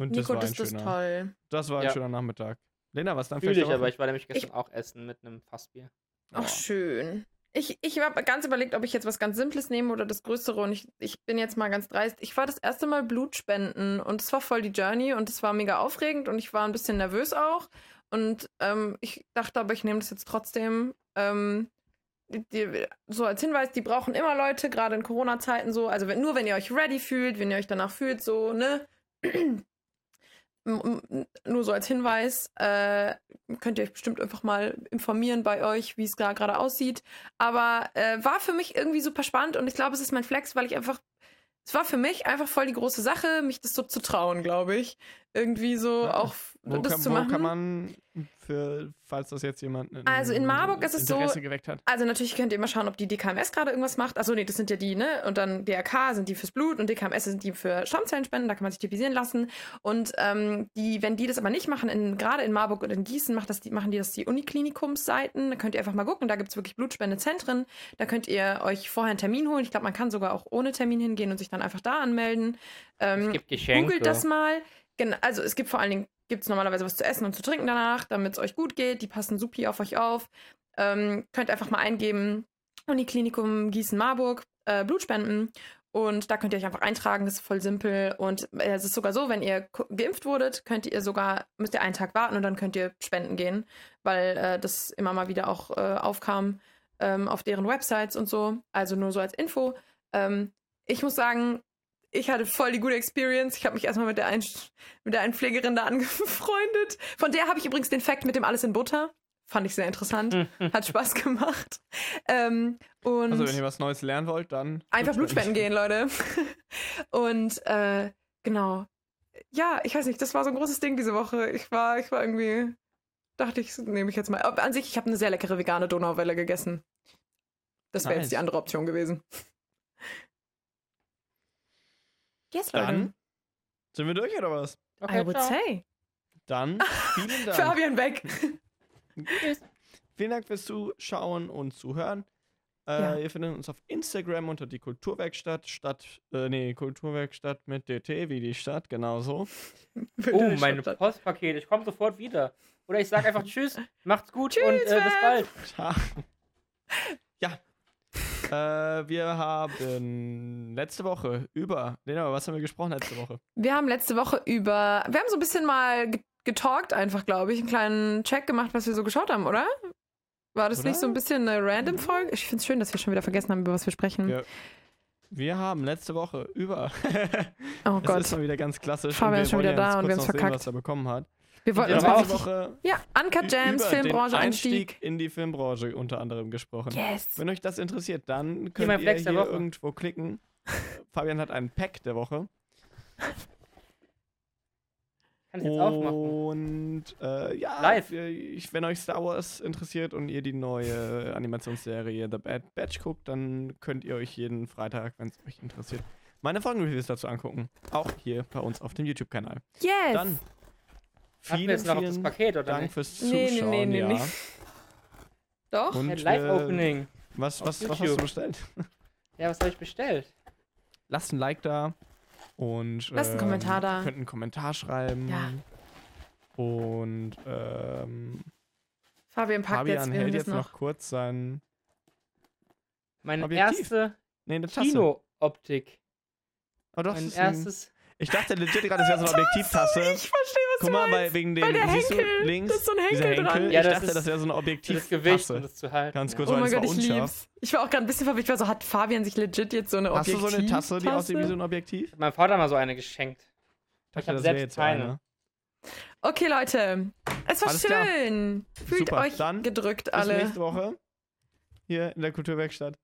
Und das
Nico,
war ein
das, ist
schöner,
toll.
das war ein
Ja.
schöner Nachmittag. Lena, was dann
Fühle ich,
der
aber
Woche?
ich war nämlich gestern auch essen mit einem Fassbier.
Ach,
Boah.
schön. Ich, ich habe ganz überlegt, ob ich jetzt was ganz Simples nehme oder das Größere. Und ich, ich bin jetzt mal ganz dreist. Ich war das erste Mal Blutspenden und es war voll die Journey und es war mega aufregend und ich war ein bisschen nervös auch. Und ähm, ich dachte aber, ich nehme das jetzt trotzdem. Ähm, die, die, so als Hinweis, die brauchen immer Leute, gerade in Corona-Zeiten so. Also wenn, nur wenn ihr euch ready fühlt, wenn ihr euch danach fühlt, so, ne? M- m- nur so als Hinweis, äh, könnt ihr euch bestimmt einfach mal informieren bei euch, wie es da gerade aussieht. Aber äh, war für mich irgendwie super spannend und ich glaube, es ist mein Flex, weil ich einfach, es war für mich einfach voll die große Sache, mich das so zu trauen, glaube ich. Irgendwie so
Ja.
auch f-
Wo,
das
kann,
zu
wo
machen.
kann man, für, falls das jetzt jemand
Also in Marburg ist es so-
Interesse geweckt hat.
Also natürlich könnt ihr immer schauen, ob die DKMS gerade irgendwas macht. Achso, nee, das sind ja die, ne? Und dann DRK sind die fürs Blut und DKMS sind die für Stammzellenspenden, da kann man sich typisieren lassen. Und ähm, die, wenn die das aber nicht machen, in, gerade in Marburg und in Gießen macht das die, machen die das die Uniklinikumsseiten. Da könnt ihr einfach mal gucken, da gibt es wirklich Blutspendezentren. Da könnt ihr euch vorher einen Termin holen. Ich glaube, man kann sogar auch ohne Termin hingehen und sich dann einfach da anmelden. Ähm,
es gibt Geschenke.
Googelt das mal. Genau, also es gibt vor allen Dingen gibt's normalerweise was zu essen und zu trinken danach, damit es euch gut geht. Die passen supi auf euch auf. Ähm, könnt einfach mal eingeben, Uniklinikum Gießen-Marburg, äh, Blutspenden. Und da könnt ihr euch einfach eintragen, das ist voll simpel. Und äh, es ist sogar so, wenn ihr ko- geimpft wurdet, könnt ihr sogar, müsst ihr einen Tag warten und dann könnt ihr spenden gehen, weil äh, das immer mal wieder auch äh, aufkam ähm, auf deren Websites und so. Also nur so als Info. Ähm, ich muss sagen, ich hatte voll die gute Experience. Ich habe mich erstmal mit der, einen, mit der einen Pflegerin da angefreundet. Von der habe ich übrigens den Fact mit dem Alles in Butter. Fand ich sehr interessant. Hat Spaß gemacht. Ähm, und
Also, wenn ihr was Neues lernen wollt, dann.
einfach Blutspenden gehen, Leute. und äh, genau. Ja, ich weiß nicht, das war so ein großes Ding diese Woche. Ich war, ich war irgendwie, dachte ich, nehme ich jetzt mal. Aber an sich, ich habe eine sehr leckere vegane Donauwelle gegessen. Das wäre
Nice.
jetzt die andere Option gewesen. Yes, Leute.
Dann sind wir durch oder was?
I would
ciao.
say.
Dann vielen Dank.
Fabian weg.
vielen Dank fürs Zuschauen und Zuhören. Äh,
Ja.
Ihr findet uns auf Instagram unter die Kulturwerkstatt statt, äh, nee, Kulturwerkstatt mit DT wie die Stadt, genau so.
Oh, mein Postpaket. Ich komme sofort wieder. Oder ich sage einfach Tschüss, macht's gut
Tschüss,
und äh, bis
Wef.
bald.
Ja. ja. Äh, wir haben letzte Woche über. Lena, was haben wir gesprochen letzte Woche?
Wir haben letzte Woche über, wir haben so ein bisschen mal ge- getalkt einfach, glaube ich, einen kleinen Check gemacht, was wir so geschaut haben, oder? War das
Oder? Mhm.
nicht so ein bisschen eine random Folge? Ich finde es schön, dass wir schon wieder vergessen haben, über was wir sprechen.
Ja. Wir haben letzte Woche über.
Oh
Das ist
Gott,
mal wieder ganz klassisch.
Fabian
und wir
ist schon
wollen
wieder
ja jetzt
da und
kurz
wir haben's
noch sehen,
verkackt.
Was er bekommen hat.
wir wollten
Ja,
uns
aber
mal
auch-
Woche
Ja, Uncut Gems,
über den
Filmbranche, Einstieg.
in die Filmbranche unter anderem gesprochen.
Yes.
Wenn euch das interessiert, dann könnt ihr
mein Flex
hier
der Woche.
irgendwo klicken. Fabian hat einen Pack der Woche.
Kann ich
Oh,
jetzt aufmachen.
Und äh, ja,
Live.
wir- Ich, wenn euch Star Wars interessiert und ihr die neue Animationsserie The Bad Batch guckt, dann könnt ihr euch jeden Freitag, wenn es euch interessiert, meine Folgenreviews dazu angucken. Auch hier bei uns auf dem YouTube-Kanal.
Yes.
Dann
Hatten wir
vielen,
jetzt noch auf das
vielen
Paket, oder
Dank
nicht?
fürs
Nee, nee,
Zuschauen.
nee, nee,
ja.
nee. Doch.
Und
Ja,
äh,
Live-Opening.
Was,
auf
was, was hast du
YouTube.
bestellt?
Ja, was habe ich bestellt?
Lasst ein Like da und ähm,
Lasst einen Kommentar da.
Könnt einen Kommentar schreiben.
Ja.
Und ähm,
Fabian packt
Fabian
jetzt, wir
hält
haben
jetzt
das
noch.
noch.
kurz sein.
Meine
Objektiv.
erste
Nee, eine Tasse.
Kino-Optik.
Oh, doch, das
Mein
ist ein,
erstes.
ich dachte legit gerade, das wäre so eine Objektivtasse.
Ich verstehe, was
Guck
du
mal,
meinst.
bei, wegen dem,
Weil der
siehst
Henkel,
du links,
da ist so ein
dieser
Henkel
Henkel,
dran.
Ja,
ich
das
dachte,
ist-
das wäre so eine
Das Gewicht, um
Objektivtasse.
das zu halten.
Ganz kurz,
Oh
weil
mein
es war
Gott, ich
unscharf.
lieb's. Ich war auch gerade ein bisschen verwirrt. Ich war so, hat Fabian sich legit jetzt so eine
Hast du
Objektiv
so eine Tasse, die aussieht wie so ein Objektiv?
Ja. Mein Vater hat mal so eine geschenkt.
Ich
hab
dachte, das
selbst
wäre jetzt
keine.
eine.
Okay, Leute. Es war
Alles klar.
schön. Fühlt
Super,
euch
dann
gedrückt
Bis
alle.
nächste Woche hier in der Kulturwerkstatt.